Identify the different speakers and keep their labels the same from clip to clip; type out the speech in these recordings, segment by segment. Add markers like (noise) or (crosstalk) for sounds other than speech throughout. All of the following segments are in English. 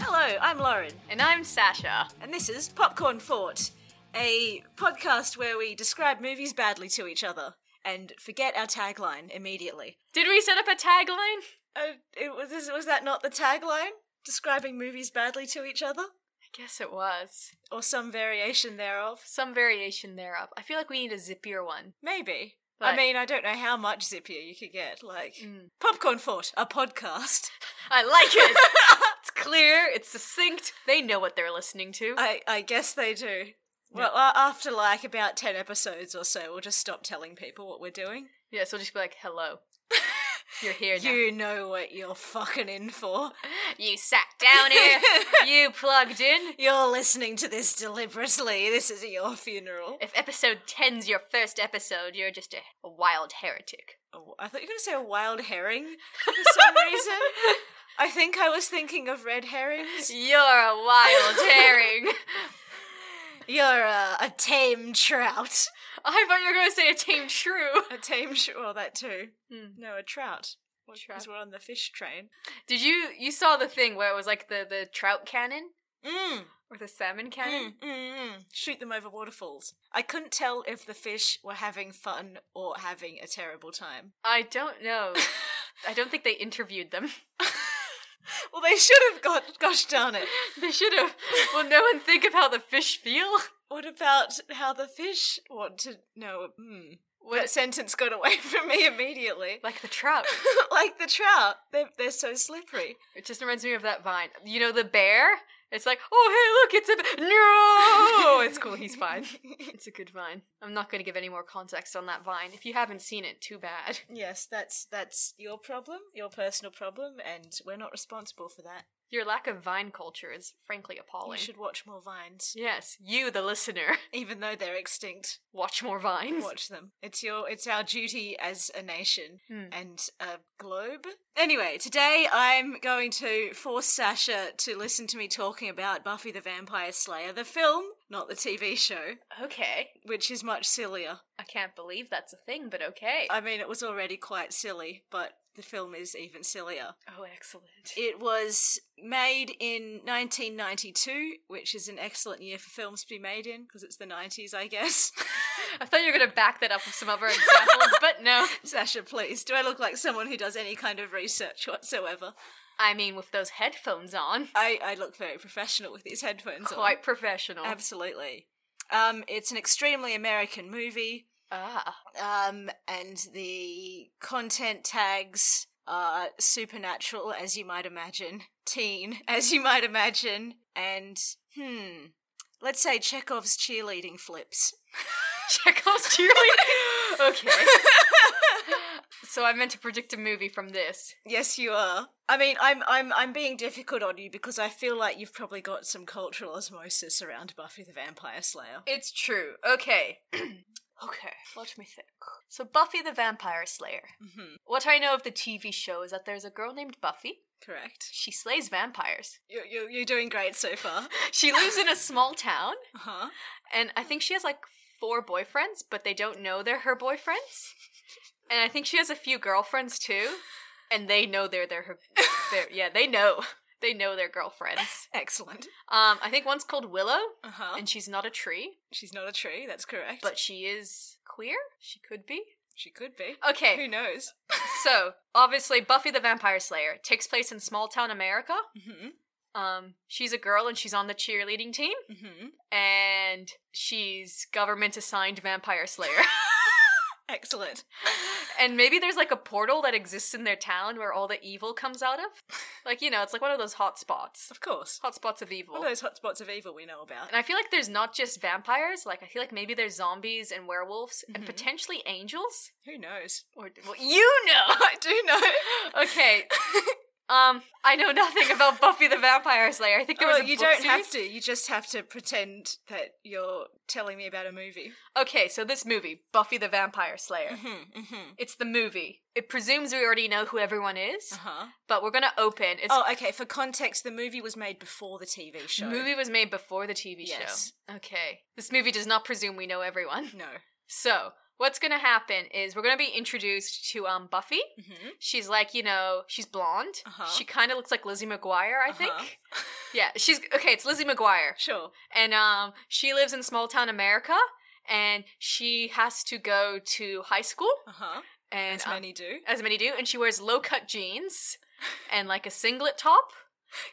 Speaker 1: Hello, I'm Lauren,
Speaker 2: And I'm Sasha.
Speaker 1: and this is Popcorn Fort, a podcast where we describe movies badly to each other and forget our tagline immediately.
Speaker 2: Did we set up a tagline?
Speaker 1: Oh, it was is- was that not the tagline? Describing movies badly to each other,
Speaker 2: I guess it was.
Speaker 1: or some variation thereof?
Speaker 2: Some variation thereof. I feel like we need a zippier one.
Speaker 1: Maybe. I
Speaker 2: Right.
Speaker 1: mean, I don't know how much zippier you could get. Like
Speaker 2: Mm.
Speaker 1: Popcorn Fort, a podcast. (laughs)
Speaker 2: I like it! it's clear, it's succinct, they know what they're listening to.
Speaker 1: I I guess they do. Well, a- after like about ten episodes or so, we'll just stop telling people what we're doing.
Speaker 2: yeah, so we'll just be like,
Speaker 1: (laughs)
Speaker 2: hello. You're here now.
Speaker 1: You know what you're fucking in for.
Speaker 2: You sat
Speaker 1: (laughs)
Speaker 2: down here, you plugged in.
Speaker 1: You're listening to this deliberately. This is your funeral.
Speaker 2: If episode 10's your first episode, you're just a, a wild heretic.
Speaker 1: Oh, I thought you were going to say a wild herring (laughs) for some reason. I think I was thinking of red herrings.
Speaker 2: (laughs) You're a
Speaker 1: (laughs)
Speaker 2: wild herring. (laughs)
Speaker 1: You're a, a tame trout.
Speaker 2: I thought you were going to say a tame shrew.
Speaker 1: A tame, sh- well, that too. No, a Hmm. trout. Because
Speaker 2: Trout.
Speaker 1: we're on the fish train.
Speaker 2: Did you you saw the thing where it was like the the trout cannon
Speaker 1: Mm,
Speaker 2: or the salmon
Speaker 1: mm,
Speaker 2: cannon?
Speaker 1: mm, mm. Shoot them over waterfalls. I couldn't tell if the fish were having fun or having a terrible time.
Speaker 2: I don't know. I don't think they interviewed them. (laughs)
Speaker 1: Well, they should have got. Gosh darn it!
Speaker 2: they should have. Will no one think of how the fish feel? (laughs)
Speaker 1: What about how the fish want to know? Hmm. That
Speaker 2: What,
Speaker 1: sentence got away (laughs) from me immediately.
Speaker 2: like the trout.
Speaker 1: (laughs) like the trout, they're they're so slippery.
Speaker 2: It just reminds me of that vine. You know the bear? It's like, oh hey, look, it's a
Speaker 1: (laughs)
Speaker 2: b- no. Oh, It's cool. He's fine. It's a good vine. I'm not going to give any more context on that vine. If you haven't seen it, too bad.
Speaker 1: yes, that's that's your problem, your personal problem, and we're not responsible for that.
Speaker 2: Your lack of vine culture is frankly
Speaker 1: We
Speaker 2: appalling.
Speaker 1: should watch more vines,
Speaker 2: Yes, you, the listener, (laughs)
Speaker 1: even though they're extinct.
Speaker 2: watch more vines.
Speaker 1: Watch them. It's your it's our duty as a nation
Speaker 2: Hmm.
Speaker 1: and a globe. Anyway, today I'm going to force Sasha to listen to me talking about Buffy the Vampire Slayer, the film, not the TV show,
Speaker 2: Okay.
Speaker 1: which is much sillier.
Speaker 2: I can't believe that's a thing, but okay.
Speaker 1: I mean, it was already quite silly, but the film is even sillier.
Speaker 2: oh, excellent. (laughs)
Speaker 1: It was made in 1992, which is an excellent year for films to be made in because it's the 90s, I guess. (laughs)
Speaker 2: I thought you were going to back that up with some other (laughs) examples, but no.
Speaker 1: Sasha, please, do I look like someone who does any kind of research whatsoever?
Speaker 2: I mean, with those headphones on,
Speaker 1: I, I look very professional with these headphones
Speaker 2: quite professional.
Speaker 1: on. Absolutely. Um, it's an extremely American movie,
Speaker 2: ah, (laughs)
Speaker 1: um, and the content tags are supernatural, as you might imagine, teen, (laughs) as you might imagine, and hmm, let's say Chekhov's cheerleading flips.
Speaker 2: Chekhov's (laughs) cheerleading. (laughs) okay. So I meant to predict a movie from this.
Speaker 1: Yes, you are. I mean, I'm I'm I'm being difficult on you because I feel like you've probably got some cultural osmosis around Buffy the Vampire Slayer.
Speaker 2: It's true. Okay. okay. Let me think. So Buffy the Vampire Slayer.
Speaker 1: Mm-hmm.
Speaker 2: What I know of the TV show is that there's a girl named Buffy.
Speaker 1: Correct.
Speaker 2: She slays (laughs) vampires.
Speaker 1: You you you're doing great so far.
Speaker 2: She lives in a small town.
Speaker 1: Uh-huh.
Speaker 2: and I think she has like four boyfriends, but they don't know they're her boyfriends. And I think she has a few girlfriends too, and they know they're their her. they're- yeah, they know. (laughs) They know they're girlfriends.
Speaker 1: Excellent.
Speaker 2: Um, I think one's called Willow,
Speaker 1: Uh-huh.
Speaker 2: and she's not a tree,
Speaker 1: She's not a tree, that's correct.
Speaker 2: but she is queer. She could be.
Speaker 1: she could be. Who
Speaker 2: Okay,
Speaker 1: knows?
Speaker 2: so obviously Buffy the Vampire Slayer takes place in small town America.
Speaker 1: Mhm.
Speaker 2: Um, she's a girl and she's on the cheerleading team,
Speaker 1: (laughs) Mhm.
Speaker 2: and she's government assigned vampire slayer.
Speaker 1: Excellent.
Speaker 2: And maybe there's like a portal that exists in their town where all the evil comes out of. Like, you know, it's like one of those hot spots.
Speaker 1: Of course.
Speaker 2: Hot spots of evil.
Speaker 1: All those hotspots of evil we know about.
Speaker 2: And I feel like there's not just vampires, like I feel like maybe there's zombies and werewolves and
Speaker 1: Mhm.
Speaker 2: potentially angels
Speaker 1: Who knows?
Speaker 2: Mm-hmm. or well, you know.
Speaker 1: (laughs)
Speaker 2: (laughs)
Speaker 1: I do (laughs) know.
Speaker 2: okay. Um, I know nothing about Buffy the Vampire Slayer. I think there was
Speaker 1: Oh,
Speaker 2: a
Speaker 1: you
Speaker 2: book
Speaker 1: don't
Speaker 2: series.
Speaker 1: have to. You just have to pretend that you're telling me about a movie.
Speaker 2: Okay, so this movie, Buffy the Vampire Slayer.
Speaker 1: Mm-hmm. Mm-hmm.
Speaker 2: It's the movie. It presumes we already know who everyone is,
Speaker 1: Uh-huh.
Speaker 2: but we're gonna open. It's
Speaker 1: Oh, okay. For context, the movie was made before the TV show.
Speaker 2: Movie was made before the TV
Speaker 1: Yes.
Speaker 2: show. Okay. This movie does not presume we know everyone. (laughs)
Speaker 1: No.
Speaker 2: So, what's going to happen is we're going to be introduced to um Buffy.
Speaker 1: Mm-hmm.
Speaker 2: She's like, you know, she's blonde.
Speaker 1: Uh-huh. (laughs)
Speaker 2: She kind of looks like Lizzie McGuire, I
Speaker 1: Uh-huh. (laughs)
Speaker 2: think. Yeah, she's okay. It's Lizzie McGuire,
Speaker 1: Sure.
Speaker 2: and um, she lives in small town America, and she has to go to high school,
Speaker 1: Uh huh.
Speaker 2: and
Speaker 1: As
Speaker 2: uh,
Speaker 1: many do.
Speaker 2: as many do, and she wears low cut jeans and like a singlet top.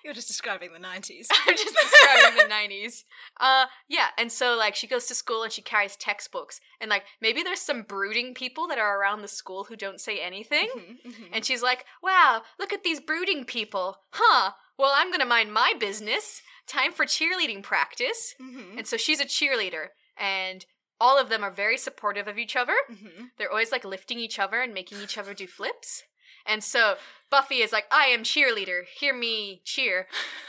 Speaker 1: You're just describing the (laughs) 90s.
Speaker 2: (laughs) I'm just describing the nineties. Uh, yeah, and so like she goes to school and she carries textbooks, and like maybe there's some brooding people that are around the school who don't say anything,
Speaker 1: Mhm, mhm.
Speaker 2: and she's like, "Wow, look at these brooding people, huh? Well, I'm gonna mind my business. Time for cheerleading practice."
Speaker 1: Mhm,
Speaker 2: And so she's a cheerleader, and all of them are very supportive of each other.
Speaker 1: mhm.
Speaker 2: They're always like lifting each other and making each other do flips. And so Buffy is like, I am cheerleader, hear me
Speaker 1: (laughs)
Speaker 2: cheer.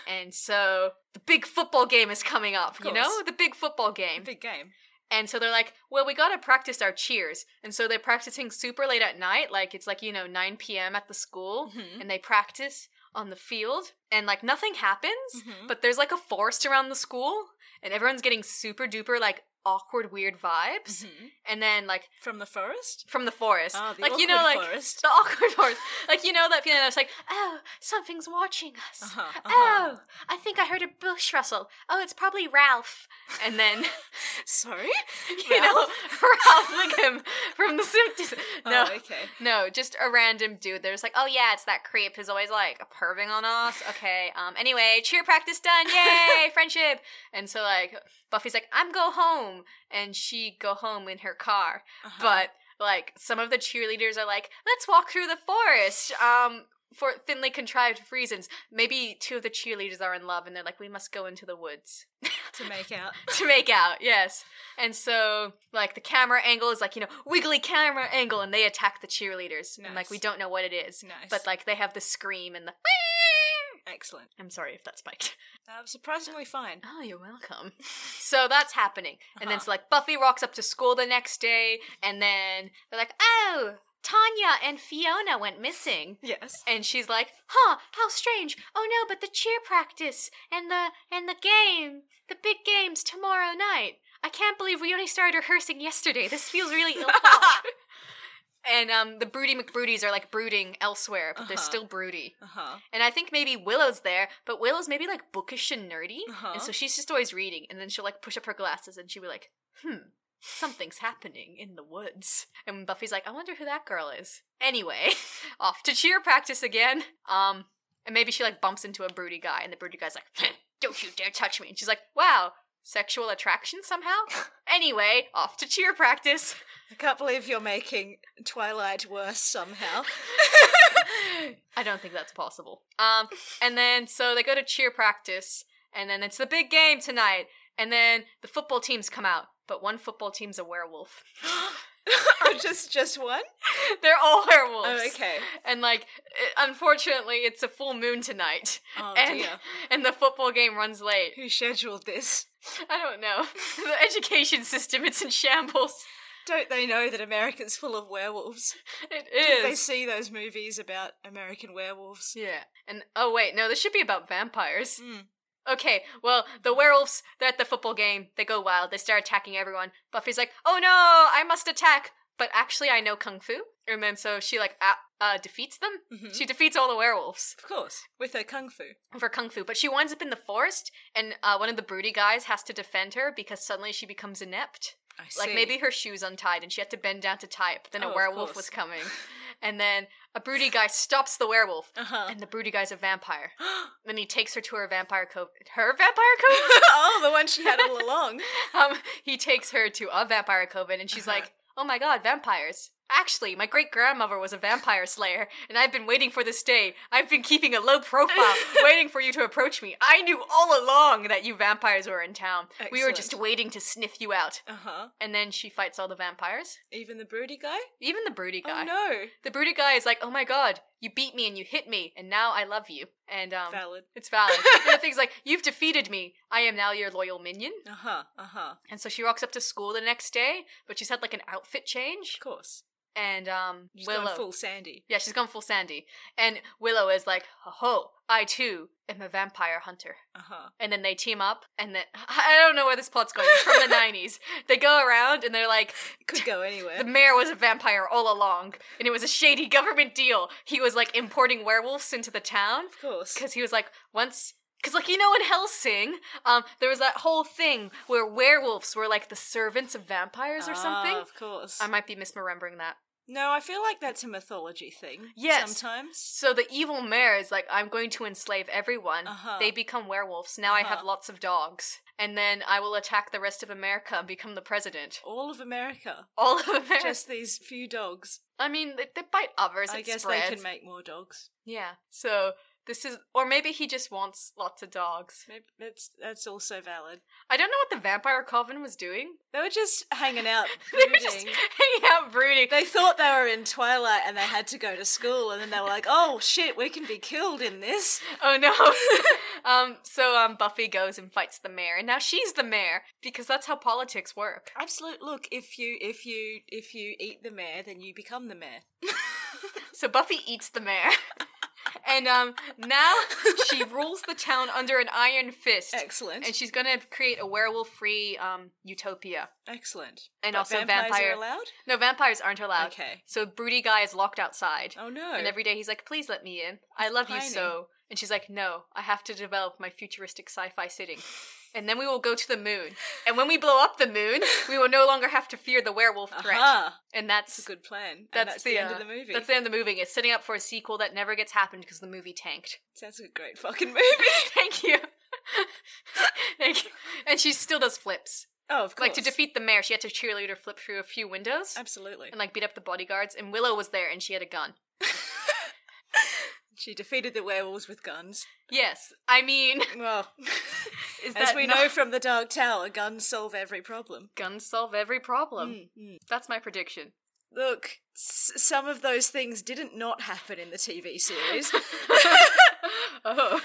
Speaker 2: And so the big football game is coming up,
Speaker 1: Of
Speaker 2: you know?
Speaker 1: course.
Speaker 2: The big football game.
Speaker 1: Big game.
Speaker 2: And so they're like, well, we gotta practice our cheers. And so they're practicing super late at night, like it's like, you know, 9 p.m. at the school,
Speaker 1: Mhm,
Speaker 2: and they practice on the field, and like nothing happens,
Speaker 1: mhm.
Speaker 2: but there's like a forest around the school, and everyone's getting super duper like awkward, weird vibes.
Speaker 1: Mhm.
Speaker 2: And then like
Speaker 1: From the forest?
Speaker 2: from the forest.
Speaker 1: Ah, the
Speaker 2: like you know,
Speaker 1: awkward
Speaker 2: like
Speaker 1: forest.
Speaker 2: the awkward (laughs) forest. Like you know that feeling. That's like, oh, something's watching us.
Speaker 1: Uh-huh, uh-huh.
Speaker 2: Oh, I think I heard a bush rustle. Oh, it's probably Ralph. And then (laughs)
Speaker 1: Sorry?
Speaker 2: you know (laughs) Ralph Wiggum from The Simpsons. No,
Speaker 1: Oh, okay.
Speaker 2: no, just a random dude. There's like, oh yeah, it's that creep who's always like perving on us. Okay. Um. Anyway, cheer
Speaker 1: (laughs)
Speaker 2: practice done. Yay, friendship. And so like Buffy's like, I'm go home, and she go home in her car
Speaker 1: Uh-huh.
Speaker 2: but like some of the cheerleaders are like let's walk through the forest um for thinly contrived reasons maybe two of the cheerleaders are in love and they're like we must go into the woods (laughs)
Speaker 1: to make out.
Speaker 2: to make out yes and so like the camera angle is like you know wiggly camera angle and they attack the cheerleaders and like
Speaker 1: Nice.
Speaker 2: we don't know what it is
Speaker 1: Nice.
Speaker 2: but like they have the scream and the
Speaker 1: excellent.
Speaker 2: i'm sorry if that spiked
Speaker 1: Uh, surprisingly fine.
Speaker 2: Oh, you're welcome. (laughs) So that's happening. And then
Speaker 1: Uh-huh.
Speaker 2: it's like Buffy walks up to school the next day, and then they're like, oh, Tanya and Fiona went missing.
Speaker 1: Yes.
Speaker 2: And she's like, huh, how strange. Oh no, but the cheer practice and the and the game, the big game's tomorrow night. I can't believe we only started rehearsing yesterday. This feels really
Speaker 1: (laughs)
Speaker 2: ill thought. And um, the broody McBroodies are like brooding elsewhere, but they're
Speaker 1: Uh-huh.
Speaker 2: still broody.
Speaker 1: Uh huh.
Speaker 2: And I think maybe Willow's there, but Willow's maybe like bookish and nerdy.
Speaker 1: Uh-huh.
Speaker 2: And so she's just always reading. And then she'll like push up her glasses and she'll be like, hmm, something's happening in the woods. And Buffy's like, I wonder who that girl is. Anyway, (laughs) off to cheer practice again. Um, and maybe she like bumps into a broody guy, and the broody guy's like, don't you dare touch me. And she's like, wow, sexual attraction somehow? anyway, off to cheer practice.
Speaker 1: I can't believe you're making Twilight worse
Speaker 2: (laughs)
Speaker 1: somehow. (laughs)
Speaker 2: I don't think that's possible. Um, and then so they go to cheer practice, and then it's the big game tonight. And then the football teams come out, but one football team's a werewolf. (laughs)
Speaker 1: Oh, just just one?
Speaker 2: They're all werewolves.
Speaker 1: Oh, okay.
Speaker 2: And like, it- unfortunately, it's a full moon tonight,
Speaker 1: Oh
Speaker 2: and (laughs)
Speaker 1: dear.
Speaker 2: and the football game runs late.
Speaker 1: Who scheduled this?
Speaker 2: I don't know (laughs) the education system; it's in shambles.
Speaker 1: Don't they know that America's full of werewolves?
Speaker 2: It
Speaker 1: They
Speaker 2: is.
Speaker 1: see those movies about American werewolves.
Speaker 2: Yeah. And oh wait, no, this should be about vampires.
Speaker 1: Mm.
Speaker 2: Okay, well, the werewolves, they're at the football game. They go wild. They start attacking everyone. Buffy's like, oh no, I must attack. But actually, I know Kung Fu. And then so she, like, a- uh, defeats them.
Speaker 1: Mhm.
Speaker 2: She defeats all the werewolves
Speaker 1: Of course, with her kung fu.
Speaker 2: for Kung Fu. But she winds up in the forest, and uh, one of the broody guys has to defend her because suddenly she becomes inept.
Speaker 1: I see.
Speaker 2: Like, maybe her shoe's untied and she had to bend down to tie it, but then
Speaker 1: Oh,
Speaker 2: a
Speaker 1: of
Speaker 2: werewolf
Speaker 1: course. (laughs)
Speaker 2: was coming. and then a broody guy stops the werewolf,
Speaker 1: Uh huh.
Speaker 2: and (laughs) the broody guy's
Speaker 1: (gasps)
Speaker 2: a vampire. Then he takes her to her vampire coat. Her vampire coat?
Speaker 1: (laughs) oh, the one she had all (laughs) along.
Speaker 2: um, he takes her to a vampire coven, and she's
Speaker 1: Uh-huh.
Speaker 2: like, "Oh my god, vampires! Actually, my great grandmother was a vampire slayer, and I've been waiting for this day. I've been keeping a
Speaker 1: (laughs)
Speaker 2: low profile, waiting for you to approach me. I knew all along that you vampires were in town. We were
Speaker 1: Excellent.
Speaker 2: just waiting to sniff you out."
Speaker 1: Uh huh.
Speaker 2: And then she fights all the vampires,
Speaker 1: Even the broody guy?
Speaker 2: even the broody guy.
Speaker 1: Oh no.
Speaker 2: The broody guy is like, "Oh my god, you beat me and you hit me, and now I love you." And um.
Speaker 1: Valid.
Speaker 2: it's valid.
Speaker 1: (laughs)
Speaker 2: and the thing's like, you've defeated me. I am now your loyal minion.
Speaker 1: Uh huh. Uh huh.
Speaker 2: And so she walks up to school the next day, but she's had like an outfit change.
Speaker 1: Of course.
Speaker 2: And um,
Speaker 1: She's
Speaker 2: Willow.
Speaker 1: gone full Sandy.
Speaker 2: Yeah, she's gone full Sandy. And Willow is like, ho ho, I too am a vampire hunter.
Speaker 1: Uh huh.
Speaker 2: And then they team up, and then (laughs) I I don't know where this plot's going. It's
Speaker 1: (laughs)
Speaker 2: from the 90s. They go around and they're like,
Speaker 1: Could go
Speaker 2: (laughs) the
Speaker 1: anywhere.
Speaker 2: mayor was a vampire all along, and it was a shady government deal. He was like importing werewolves into the town
Speaker 1: Of course.
Speaker 2: because he was like, once Cause like you know in Helsing, um, there was that whole thing where werewolves were like the servants of vampires or something.
Speaker 1: Ah, of course.
Speaker 2: I might be misremembering that.
Speaker 1: no, I feel like that's a mythology thing.
Speaker 2: Yes.
Speaker 1: Sometimes.
Speaker 2: So the evil mayor is like, I'm going to enslave everyone.
Speaker 1: Uh-huh.
Speaker 2: They become werewolves. Now I have
Speaker 1: Uh-huh.
Speaker 2: lots of dogs, and then I will attack the rest of America and become the president.
Speaker 1: All of
Speaker 2: (laughs)
Speaker 1: America.
Speaker 2: All of America.
Speaker 1: Just these few dogs.
Speaker 2: I mean, they, they bite others.
Speaker 1: I
Speaker 2: it
Speaker 1: guess
Speaker 2: spreads.
Speaker 1: they can make more dogs.
Speaker 2: Yeah. So this is, or maybe he just wants lots of dogs.
Speaker 1: Maybe that's that's also valid.
Speaker 2: I don't know what the vampire coven was doing.
Speaker 1: They were just hanging out,
Speaker 2: (laughs) They
Speaker 1: brooding.
Speaker 2: were just hanging out brooding.
Speaker 1: They thought they were in Twilight and they had to go to school, and then they were like, "Oh shit, we can be killed in this."
Speaker 2: Oh no. (laughs) um so um Buffy goes and fights the mayor and now she's the mayor because that's how politics work.
Speaker 1: Absolute look. If you if you if you eat the mayor, then you become the mayor.
Speaker 2: So Buffy eats the mayor. (laughs) and um now
Speaker 1: (laughs)
Speaker 2: she rules the town under an iron fist
Speaker 1: Excellent.
Speaker 2: and she's going to create a werewolf-free um utopia.
Speaker 1: Excellent.
Speaker 2: And
Speaker 1: But
Speaker 2: also
Speaker 1: vampires
Speaker 2: vampire
Speaker 1: are allowed.
Speaker 2: No vampires aren't allowed.
Speaker 1: Okay.
Speaker 2: So broody guy is locked outside.
Speaker 1: Oh no.
Speaker 2: And every day he's like, "Please let me in. I love you
Speaker 1: Pining.
Speaker 2: so." And she's like, "No, I have to develop my futuristic sci-fi sitting." And then we will go to the moon. And when we blow up the
Speaker 1: (laughs)
Speaker 2: moon, we will no longer have to fear the werewolf threat.
Speaker 1: Aha,
Speaker 2: And
Speaker 1: It's
Speaker 2: that's
Speaker 1: Uh-huh. a good plan. And
Speaker 2: that's,
Speaker 1: that's, the, end
Speaker 2: uh,
Speaker 1: of the movie.
Speaker 2: That's the end of the movie. It's setting up for a sequel that never gets happened because the movie tanked. (laughs)
Speaker 1: Sounds like a great fucking movie.
Speaker 2: Thank you. (laughs) Thank you. And she still does flips.
Speaker 1: Oh, of course.
Speaker 2: Like to defeat the mayor, she had to cheerleader flip through a few windows
Speaker 1: Absolutely.
Speaker 2: and like beat up the bodyguards. And Willow was there, and she had a gun.
Speaker 1: She defeated the werewolves with guns.
Speaker 2: Yes, I mean, (laughs)
Speaker 1: Well,
Speaker 2: is
Speaker 1: as
Speaker 2: that
Speaker 1: we
Speaker 2: not-
Speaker 1: know from the Dark Tower, guns solve every problem.
Speaker 2: guns solve every problem.
Speaker 1: Mm, mm.
Speaker 2: That's
Speaker 1: (laughs)
Speaker 2: my prediction. (laughs)
Speaker 1: Look, s- some of those things didn't not happen in the TV
Speaker 2: (laughs)
Speaker 1: series,
Speaker 2: oh,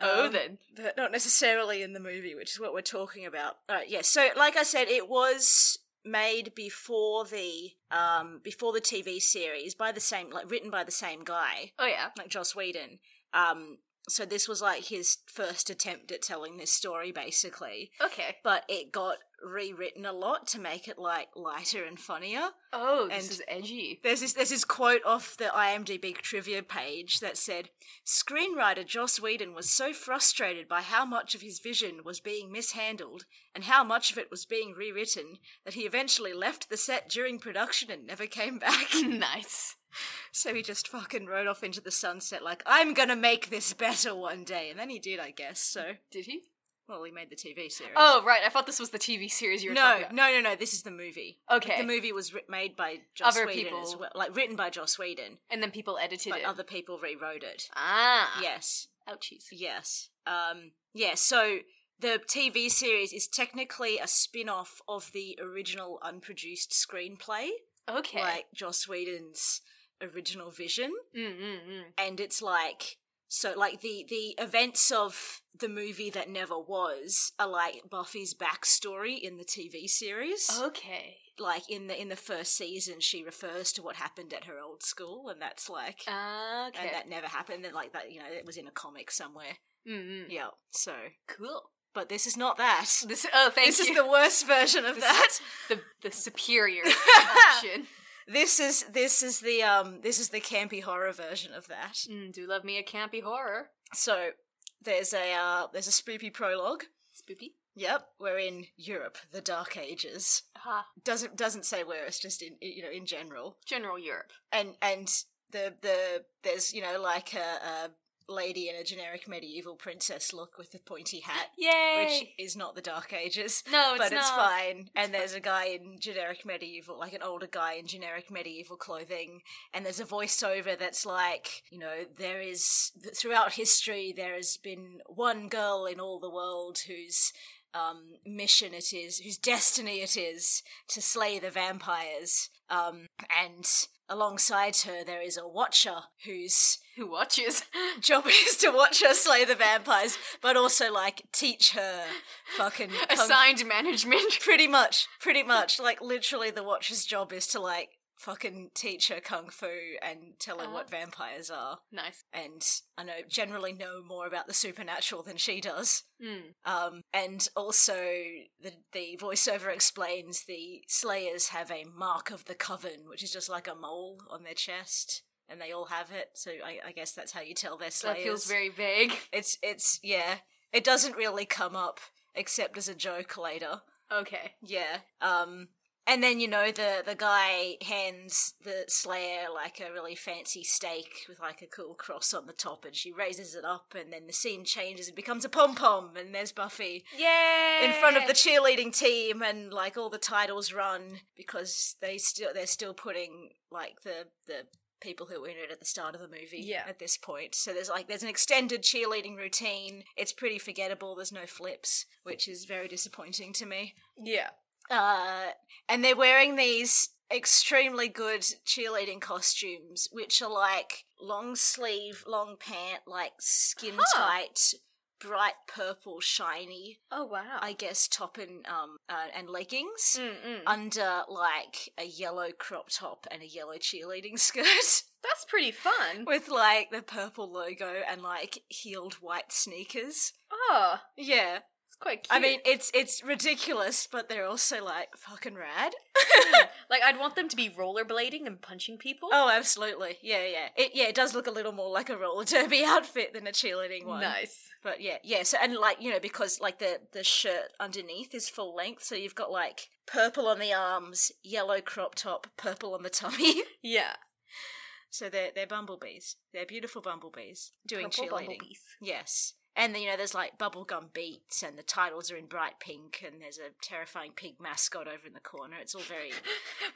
Speaker 2: oh
Speaker 1: Um,
Speaker 2: then.
Speaker 1: but not necessarily in the movie, which is what we're talking about. All right, yes. so, like I said, it was made before the um before the TV series by the same like written by the same guy,
Speaker 2: Oh yeah.
Speaker 1: like Joss Whedon. Um, so this was like his first attempt at telling this story, basically.
Speaker 2: Okay.
Speaker 1: But it got rewritten a lot to make it like lighter and funnier.
Speaker 2: Oh, this
Speaker 1: And-
Speaker 2: is
Speaker 1: (laughs)
Speaker 2: edgy.
Speaker 1: There's this there's this quote off the IMDb trivia page that said, "Screenwriter Joss Whedon was so frustrated by how much of his vision was being mishandled and how much of it was being rewritten that he eventually left the set during production and never came back."
Speaker 2: (laughs) (laughs)
Speaker 1: (laughs)
Speaker 2: nice.
Speaker 1: so he just fucking rode off into the sunset like, "I'm going to make this better one day." And then he did, I guess. So,
Speaker 2: Did he?
Speaker 1: well, he made the TV series.
Speaker 2: Oh right, I thought this was the TV series you were
Speaker 1: No,
Speaker 2: talking about.
Speaker 1: no, no, no. This is the movie.
Speaker 2: Okay.
Speaker 1: The movie was writ made by Joss
Speaker 2: Other
Speaker 1: Whedon as
Speaker 2: people.
Speaker 1: well, like written by Joss Whedon.
Speaker 2: And then people edited
Speaker 1: but
Speaker 2: it.
Speaker 1: other people rewrote it.
Speaker 2: ah.
Speaker 1: Yes,
Speaker 2: Ouchies.
Speaker 1: yes, um, yeah. So the TV series is technically a spin-off of the original unproduced screenplay,
Speaker 2: Okay.
Speaker 1: like Joss Whedon's original vision,
Speaker 2: Mm, Mm-mm-mm.
Speaker 1: and it's like so like the the events of the movie that never was are like Buffy's backstory in the TV series.
Speaker 2: Oh. Okay.
Speaker 1: Like in the in the first season, she refers to what happened at her old school, and that's like
Speaker 2: Uh, Okay.
Speaker 1: and that never happened. Then like that, you know, it was in a comic somewhere.
Speaker 2: Mm-mm.
Speaker 1: Yeah. So,
Speaker 2: Cool.
Speaker 1: but this is not that.
Speaker 2: mm. This. Oh, (laughs) thank
Speaker 1: this
Speaker 2: you.
Speaker 1: is the worst version of
Speaker 2: This
Speaker 1: that.
Speaker 2: (laughs) the the superior option.
Speaker 1: (laughs) This is this is the um this is the campy horror version of that.
Speaker 2: Mm, do love me a campy horror.
Speaker 1: So there's a uh, there's a spoopy prologue.
Speaker 2: Spoopy.
Speaker 1: Yep, we're in Europe, the Dark Ages.
Speaker 2: Ha.
Speaker 1: Doesn't doesn't say where. It's just in you know in general.
Speaker 2: General Europe.
Speaker 1: and and the the there's you know like a, a lady in a generic medieval princess look with a pointy hat which
Speaker 2: Yay!
Speaker 1: is not the dark ages
Speaker 2: no, Oh, it's
Speaker 1: but it's
Speaker 2: not.
Speaker 1: fine and there's a guy in generic medieval like an older guy in generic medieval clothing and there's a voiceover that's like you know there is th- throughout history there has been one girl in all the world whose um, mission it is whose destiny it is to slay the vampires um, and alongside her there is a watcher whose (laughs)
Speaker 2: Who (laughs) watches?
Speaker 1: job is to watch her slay the vampires but also like teach her fucking kung fu
Speaker 2: Assigned management.
Speaker 1: pretty much, pretty much. Like literally, the Watcher's job is to like fucking teach her kung fu and tell her what vampires are.
Speaker 2: (laughs) Nice.
Speaker 1: And I know generally know more about the supernatural than she does.
Speaker 2: Mm.
Speaker 1: Um, and also, the the voiceover explains the Slayers have a mark of the coven, which is just like a mole on their chest, and they all have it. So I, I guess that's how you tell they're
Speaker 2: That
Speaker 1: Slayers.
Speaker 2: feels very vague.
Speaker 1: It's it's yeah. It doesn't really come up except as a joke later.
Speaker 2: Okay.
Speaker 1: Yeah. Um and then you know the the guy hands the slayer like a really fancy steak with like a cool cross on the top and she raises it up and then the scene changes and becomes a pom pom and there's Buffy
Speaker 2: Yay!
Speaker 1: in front of the cheerleading team and like all the titles run because they still they're still putting like the the people who were in it at the start of the movie
Speaker 2: Yeah.
Speaker 1: at this point. So there's like there's an extended cheerleading routine. It's pretty forgettable. There's no flips, which is very disappointing to me.
Speaker 2: yeah.
Speaker 1: Uh, and they're wearing these extremely good cheerleading costumes, which are like long sleeve, long pant, like skin tight, bright purple, shiny.
Speaker 2: Oh wow.
Speaker 1: I guess top and um uh, and leggings
Speaker 2: Mm-mm.
Speaker 1: under like a yellow crop top and a yellow cheerleading (laughs) skirt
Speaker 2: That's pretty fun.
Speaker 1: with like the purple logo and like heeled white sneakers.
Speaker 2: Oh,
Speaker 1: Yeah,
Speaker 2: it's quite cute.
Speaker 1: I mean it's it's ridiculous, but they're also like fucking rad.
Speaker 2: like I'd want them to be rollerblading and punching people.
Speaker 1: Oh, absolutely. Yeah, yeah. It yeah, it does look a little more like a roller derby (laughs) outfit than a cheerleading one.
Speaker 2: nice.
Speaker 1: But yeah, yeah. So and like you know because like the the shirt underneath is full length, so you've got like purple on the arms, yellow crop top, purple on the tummy. (laughs)
Speaker 2: Yeah.
Speaker 1: so they're they're bumblebees. They're beautiful bumblebees doing
Speaker 2: Purple
Speaker 1: cheerleading.
Speaker 2: bumblebees.
Speaker 1: Yes. And then, you know, there's like bubblegum beats, and the titles are in bright pink, and there's a terrifying pig mascot over in the corner. It's all
Speaker 2: (laughs)
Speaker 1: very. (laughs)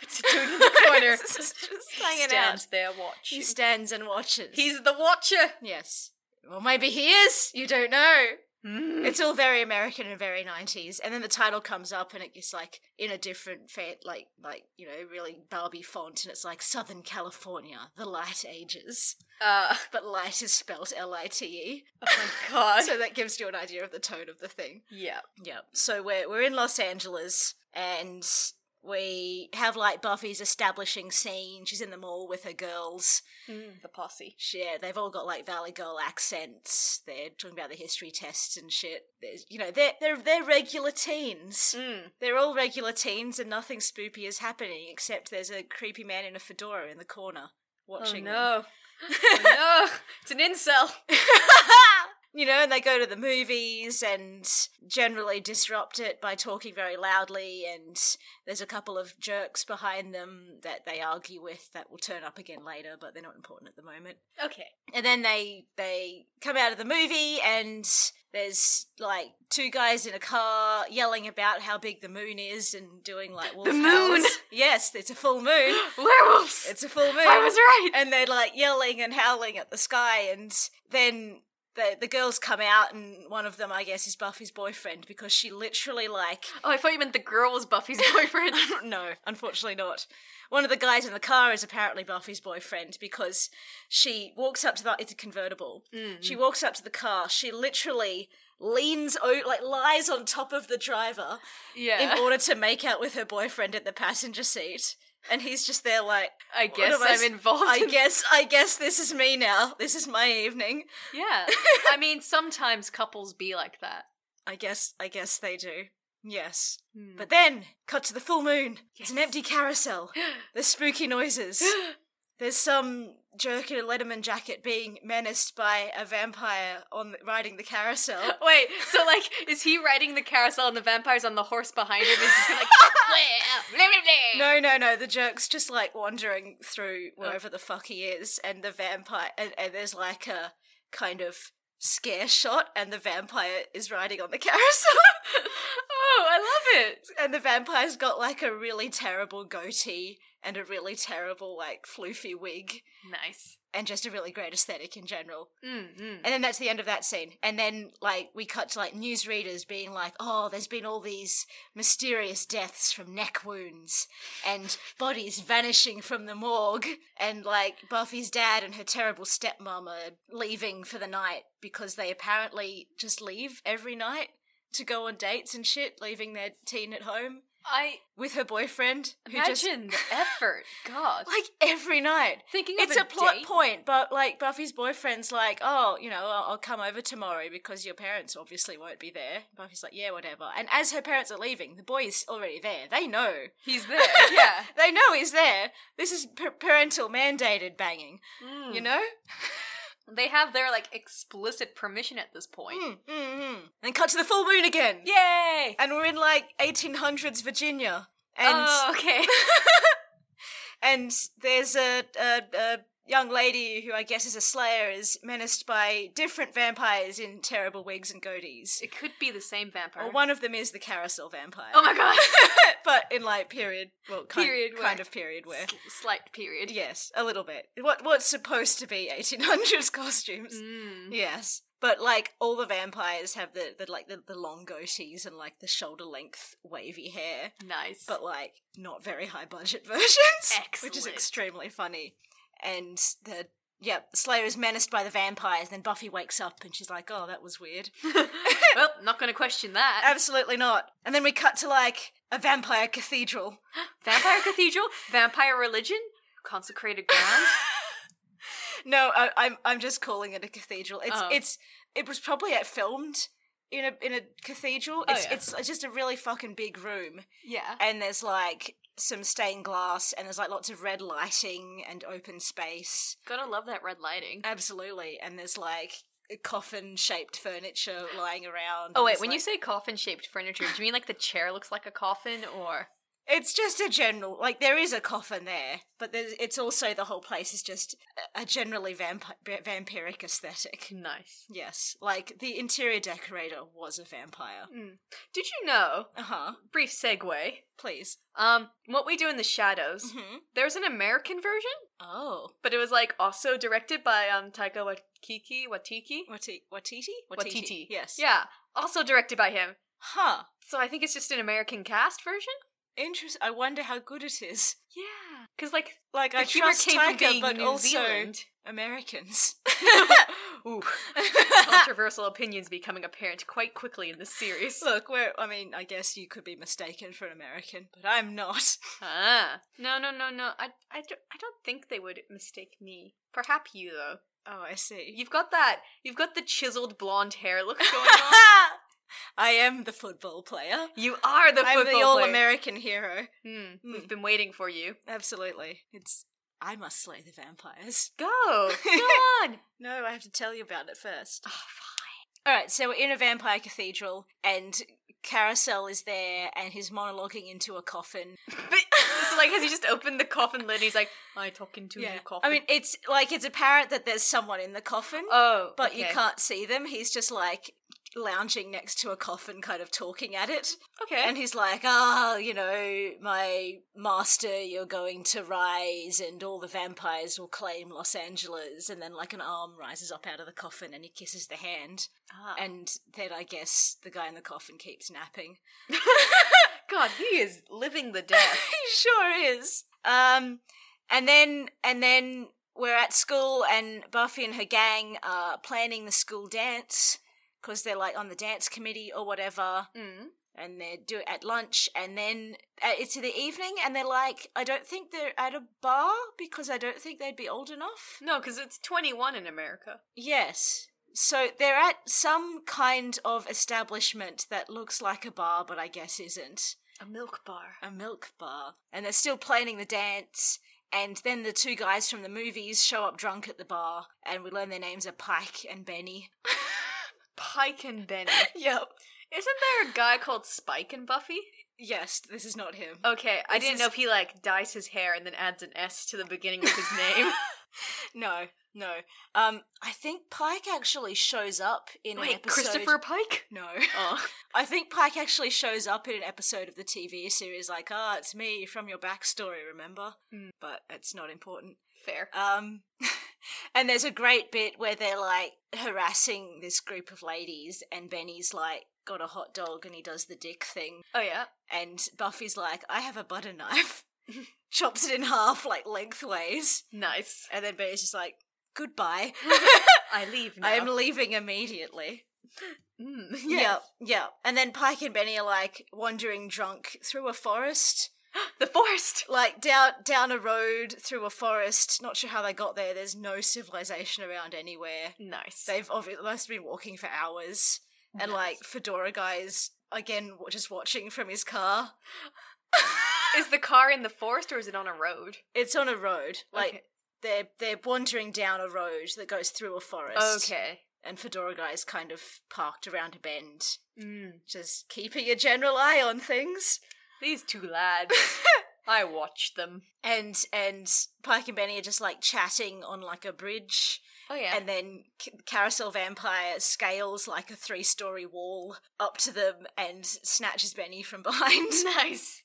Speaker 2: It's a dude in the corner.
Speaker 1: It's just- just
Speaker 2: he
Speaker 1: hanging out.
Speaker 2: stands there watching.
Speaker 1: He stands and watches.
Speaker 2: He's the watcher.
Speaker 1: Yes. Well, maybe he is. You don't know.
Speaker 2: Mm.
Speaker 1: It's all very American and very nineties. And then the title comes up, and it's like in a different, fa- like, like you know, really Barbie font, and it's like Southern California, the Light Ages,
Speaker 2: Uh,
Speaker 1: but light is spelt L-I-T-E,
Speaker 2: oh (laughs) my god.
Speaker 1: E. so that gives you an idea of the tone of the thing.
Speaker 2: yeah.
Speaker 1: Yeah. So we're we're in Los Angeles, and we have like Buffy's establishing scene. She's in the mall with her girls.
Speaker 2: Hmm, The posse.
Speaker 1: Shit, they've all got like Valley Girl accents. They're talking about the history tests and shit. There's, you know, they're they're they're regular teens.
Speaker 2: Mm.
Speaker 1: They're all regular teens, and nothing spoopy is happening except there's a creepy man in a fedora in the corner watching.
Speaker 2: (laughs)
Speaker 1: them.
Speaker 2: Oh,
Speaker 1: (laughs)
Speaker 2: no. Oh, no. It's an incel.
Speaker 1: You know, and they go to the movies and generally disrupt it by talking very loudly. And there's a couple of jerks behind them that they argue with that will turn up again later, but they're not important at the moment.
Speaker 2: Okay.
Speaker 1: and then they they come out of the movie and there's like two guys in a car yelling about how big the moon is and doing like wolf
Speaker 2: moon!
Speaker 1: howls. yes it's a full moon
Speaker 2: Werewolves.
Speaker 1: it's a full moon
Speaker 2: (gasps) I was right.
Speaker 1: and they're like yelling and howling at the sky and then the, the girls come out and one of them i guess is buffy's boyfriend because she literally like
Speaker 2: Oh, I thought you meant the girl was Buffy's (laughs) boyfriend.
Speaker 1: no, unfortunately not. One of the guys in the car is apparently Buffy's boyfriend because she walks up to the it's a convertible. She walks up to the car. She literally leans o- like lies on top of the driver
Speaker 2: yeah.
Speaker 1: in order to make out with her boyfriend at the passenger seat. And he's just there like
Speaker 2: I
Speaker 1: "What
Speaker 2: guess
Speaker 1: am I s-
Speaker 2: I'm involved.
Speaker 1: I
Speaker 2: in-
Speaker 1: guess I guess this is me now. This is my evening.
Speaker 2: (laughs) yeah. I mean, sometimes couples be like that.
Speaker 1: I guess I guess they do. Yes.
Speaker 2: Hmm.
Speaker 1: But then cut to the full moon. It's an
Speaker 2: Yes.
Speaker 1: empty carousel.
Speaker 2: (gasps)
Speaker 1: There's spooky noises. There's some jerk in a Letterman jacket being menaced by a vampire on riding the carousel.
Speaker 2: Oh, Wait, so like, is he riding the carousel and the vampire's on the horse behind him? Is he (laughs) like, "Bleh, bleh, bleh, bleh."
Speaker 1: No, no, no. The jerk's just like wandering through
Speaker 2: Oh.
Speaker 1: wherever the fuck he is, and the vampire, and, and there's like a kind of scare shot, and the vampire is riding on the (laughs)
Speaker 2: (laughs)
Speaker 1: carousel,
Speaker 2: Oh, I love it.
Speaker 1: and the vampire's got like a really terrible goatee and a really terrible like floofy wig,
Speaker 2: Nice.
Speaker 1: and just a really great aesthetic in general.
Speaker 2: Mm, mm.
Speaker 1: And then that's the end of that scene. And then, like, we cut to, like, newsreaders being like, oh, there's been all these mysterious deaths from neck wounds and bodies vanishing from the morgue. And, like, Buffy's dad and her terrible stepmom are leaving for the night because they apparently just leave every night to go on dates and shit, leaving their teen at home
Speaker 2: I
Speaker 1: with her boyfriend. Who just,
Speaker 2: imagine the (laughs) effort. God,
Speaker 1: like, every night
Speaker 2: thinking
Speaker 1: it's
Speaker 2: of
Speaker 1: a,
Speaker 2: a,
Speaker 1: plot
Speaker 2: date?
Speaker 1: point, but like Buffy's boyfriend's like, oh, you know, I'll, I'll come over tomorrow because your parents obviously won't be there. Buffy's like, yeah, whatever. And as her parents are leaving, the boy is already there. They know.
Speaker 2: He's there. (laughs) Yeah.
Speaker 1: (laughs) They
Speaker 2: Mm. Hmm.
Speaker 1: know he's there. This is p- parental mandated banging, you know?
Speaker 2: They have their like explicit permission at this point.
Speaker 1: Mm, mm, mm. And cut to the full moon again.
Speaker 2: Yay!
Speaker 1: And we're in like 1800s Virginia. And
Speaker 2: oh, okay. (laughs)
Speaker 1: and there's a, a, a young lady who I guess is a slayer is menaced by different vampires in terrible wigs and goatees.
Speaker 2: it could be the same vampire.
Speaker 1: Or one of them is the carousel vampire.
Speaker 2: Oh my (laughs) god.
Speaker 1: (laughs) But in like period, well, kind,
Speaker 2: Period wear.
Speaker 1: kind of period wear.
Speaker 2: S- Slight period.
Speaker 1: Yes, a little bit. What what's supposed to be 1800s (laughs) costumes?
Speaker 2: Mm.
Speaker 1: Yes. But like all the vampires have the, the like the, the long goatees and like the shoulder length wavy hair,
Speaker 2: Nice.
Speaker 1: but like not very high budget (laughs) versions, which is
Speaker 2: Excellent.
Speaker 1: extremely funny. And the yeah, Slayer is menaced by the vampires. Then Buffy wakes up and she's like, "Oh, that was weird."
Speaker 2: (laughs) well, not going to question (laughs) that.
Speaker 1: Absolutely not. And then we cut to like a vampire cathedral.
Speaker 2: Vampire cathedral, vampire religion, (laughs) consecrated ground.
Speaker 1: No, I, I'm I'm just calling it a cathedral. It's
Speaker 2: Oh.
Speaker 1: it's it was probably uh, filmed in a in a cathedral.
Speaker 2: Oh,
Speaker 1: It's
Speaker 2: yeah.
Speaker 1: it's just a really fucking big room,
Speaker 2: yeah.
Speaker 1: and there's like some stained glass, and there's like lots of red lighting and open space.
Speaker 2: Gotta love that red lighting.
Speaker 1: Absolutely, and there's like coffin shaped furniture lying around.
Speaker 2: Oh
Speaker 1: and
Speaker 2: wait,
Speaker 1: it's
Speaker 2: when you
Speaker 1: like-
Speaker 2: say coffin shaped furniture, do you mean like the chair looks like a coffin or
Speaker 1: it's just a general like there is a coffin there, but there's it's also the whole place is just a- a generally vampi- vampiric aesthetic.
Speaker 2: nice?
Speaker 1: Yes, like the interior decorator was a vampire.
Speaker 2: Did you know?
Speaker 1: Uh huh.
Speaker 2: Brief segue.
Speaker 1: Please.
Speaker 2: Um, what we do in the shadows.
Speaker 1: Mm-hmm.
Speaker 2: There's an American version,
Speaker 1: Oh,
Speaker 2: but it was like also directed by um Taika Waititi. Watiki.
Speaker 1: Wati- Watiti?
Speaker 2: Watiti.
Speaker 1: Yes.
Speaker 2: Yeah, also directed by him.
Speaker 1: Huh.
Speaker 2: So I think it's just an American cast version.
Speaker 1: Interest. I wonder how good it is.
Speaker 2: Yeah, because like
Speaker 1: Like
Speaker 2: the
Speaker 1: I
Speaker 2: humor
Speaker 1: trust
Speaker 2: came from
Speaker 1: Tiger,
Speaker 2: being
Speaker 1: but
Speaker 2: New
Speaker 1: also (laughs)
Speaker 2: Zealand. (laughs)
Speaker 1: Americans.
Speaker 2: Ooh,
Speaker 1: (laughs)
Speaker 2: controversial opinions becoming apparent quite quickly in this series.
Speaker 1: (laughs)
Speaker 2: (laughs)
Speaker 1: Look, we're. I mean, I guess you could be mistaken for an American, but I'm not.
Speaker 2: Ah. No, no, no, no. I, I, don't, I don't think they would mistake me. Perhaps you, though.
Speaker 1: Oh, I see.
Speaker 2: You've got that. You've got the chiseled blonde hair
Speaker 1: (laughs)
Speaker 2: look going on.
Speaker 1: I am the football player.
Speaker 2: you are the
Speaker 1: I'm
Speaker 2: football
Speaker 1: the all
Speaker 2: player.
Speaker 1: American hero.
Speaker 2: Hmm,
Speaker 1: Hmm.
Speaker 2: We've been waiting for you.
Speaker 1: Absolutely. It's. I must slay the vampires.
Speaker 2: (laughs) Go. Go on.
Speaker 1: No, I have to tell you about it first.
Speaker 2: Oh,
Speaker 1: All right, so we're in a vampire cathedral, and Carousel is there, and he's monologuing into a coffin.
Speaker 2: (laughs) but, so, like, has he just opened the coffin lid? He's like, I talk into your coffin.
Speaker 1: I mean, it's like it's apparent that there's someone in the coffin,
Speaker 2: oh,
Speaker 1: but you
Speaker 2: okay.
Speaker 1: can't see them. He's just like lounging next to a coffin, kind of talking at it,
Speaker 2: Okay.
Speaker 1: and he's like, "Ah, you know, my master, you're going to rise, and all the vampires will claim Los Angeles." And then, like, an arm rises up out of the coffin, and he kisses the hand.
Speaker 2: Ah.
Speaker 1: And then I guess the guy in the coffin keeps napping. (laughs)
Speaker 2: God, he is living the death.
Speaker 1: he sure is. Um, and then and then we're at school, and Buffy and her gang are planning the school dance because they're like on the dance committee or whatever,
Speaker 2: (laughs) mm.
Speaker 1: and they're do it at lunch, and then uh, it's in the evening, and they're like, I don't think they're at a bar because I don't think they'd be old enough.
Speaker 2: No, because it's 21 in America.
Speaker 1: Yes. So they're at some kind of establishment that looks like a bar, but I guess isn't.
Speaker 2: A milk bar.
Speaker 1: a milk bar and they're still planning the dance and then the two guys from the movies show up drunk at the bar and we learn their names are pike and benny
Speaker 2: Pike and Benny.
Speaker 1: yep
Speaker 2: Isn't there a guy called Spike and Buffy?
Speaker 1: yes this is not him
Speaker 2: Okay, I
Speaker 1: This
Speaker 2: didn't
Speaker 1: is-
Speaker 2: know if he like dyes his hair and then adds an S to the beginning of (laughs) his name.
Speaker 1: no no um i think pike actually shows up in an
Speaker 2: Wait,
Speaker 1: episode
Speaker 2: Christopher Pike?
Speaker 1: no
Speaker 2: Oh,
Speaker 1: (laughs) i think pike actually shows up in an episode of the tv series like ah it's me from your backstory remember
Speaker 2: Hmm.
Speaker 1: but it's not important
Speaker 2: fair.
Speaker 1: Um, (laughs) and there's a great bit where they're like harassing this group of ladies, and Benny's like got a hot dog and he does the dick thing,
Speaker 2: Oh yeah.
Speaker 1: and Buffy's like, I have a butter knife,
Speaker 2: (laughs)
Speaker 1: chops it in half like lengthways,
Speaker 2: Nice.
Speaker 1: and then Benny's just like, goodbye,
Speaker 2: I leave now.
Speaker 1: I am leaving immediately.
Speaker 2: Mm, (laughs)
Speaker 1: Yeah,
Speaker 2: yes.
Speaker 1: yeah. And then Pike and Benny are like wandering drunk through a forest.
Speaker 2: The forest.
Speaker 1: like down down a road through a forest. Not sure how they got there. There's no civilization around anywhere.
Speaker 2: Nice.
Speaker 1: They've obviously must have been walking for hours, and
Speaker 2: Nice.
Speaker 1: like fedora guys again, w- just watching from his car.
Speaker 2: is the car in the forest or is it on a road?
Speaker 1: It's on a road. Like
Speaker 2: Okay.
Speaker 1: They're they're wandering down a road that goes through a forest.
Speaker 2: Okay.
Speaker 1: And Fedora guy's kind of parked around a bend,
Speaker 2: Mm.
Speaker 1: just keeping a general eye on things.
Speaker 2: These two (laughs) lads. I watched them.
Speaker 1: And and Pike and Benny are just like chatting on like a bridge.
Speaker 2: Oh yeah.
Speaker 1: And then c- Carousel Vampire scales like a three story wall up to them and snatches Benny from (laughs) behind.
Speaker 2: (laughs) nice.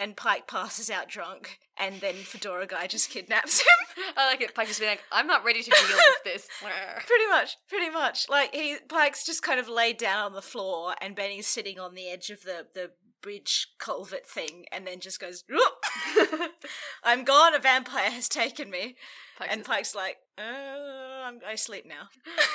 Speaker 1: and Pike passes out drunk. And then Fedora Guy just kidnaps him.
Speaker 2: I like it. Pike just being like, I'm not ready to deal with (laughs) this.
Speaker 1: (laughs) pretty much, pretty much. Like, he Pike's just kind of laid down on the floor, and Benny's sitting on the edge of the, the bridge culvert thing, and then just goes, "Whoop! (laughs) I'm gone, a vampire has taken me.
Speaker 2: Pike's
Speaker 1: and
Speaker 2: just,
Speaker 1: Pike's like, uh, I'm, I sleep now.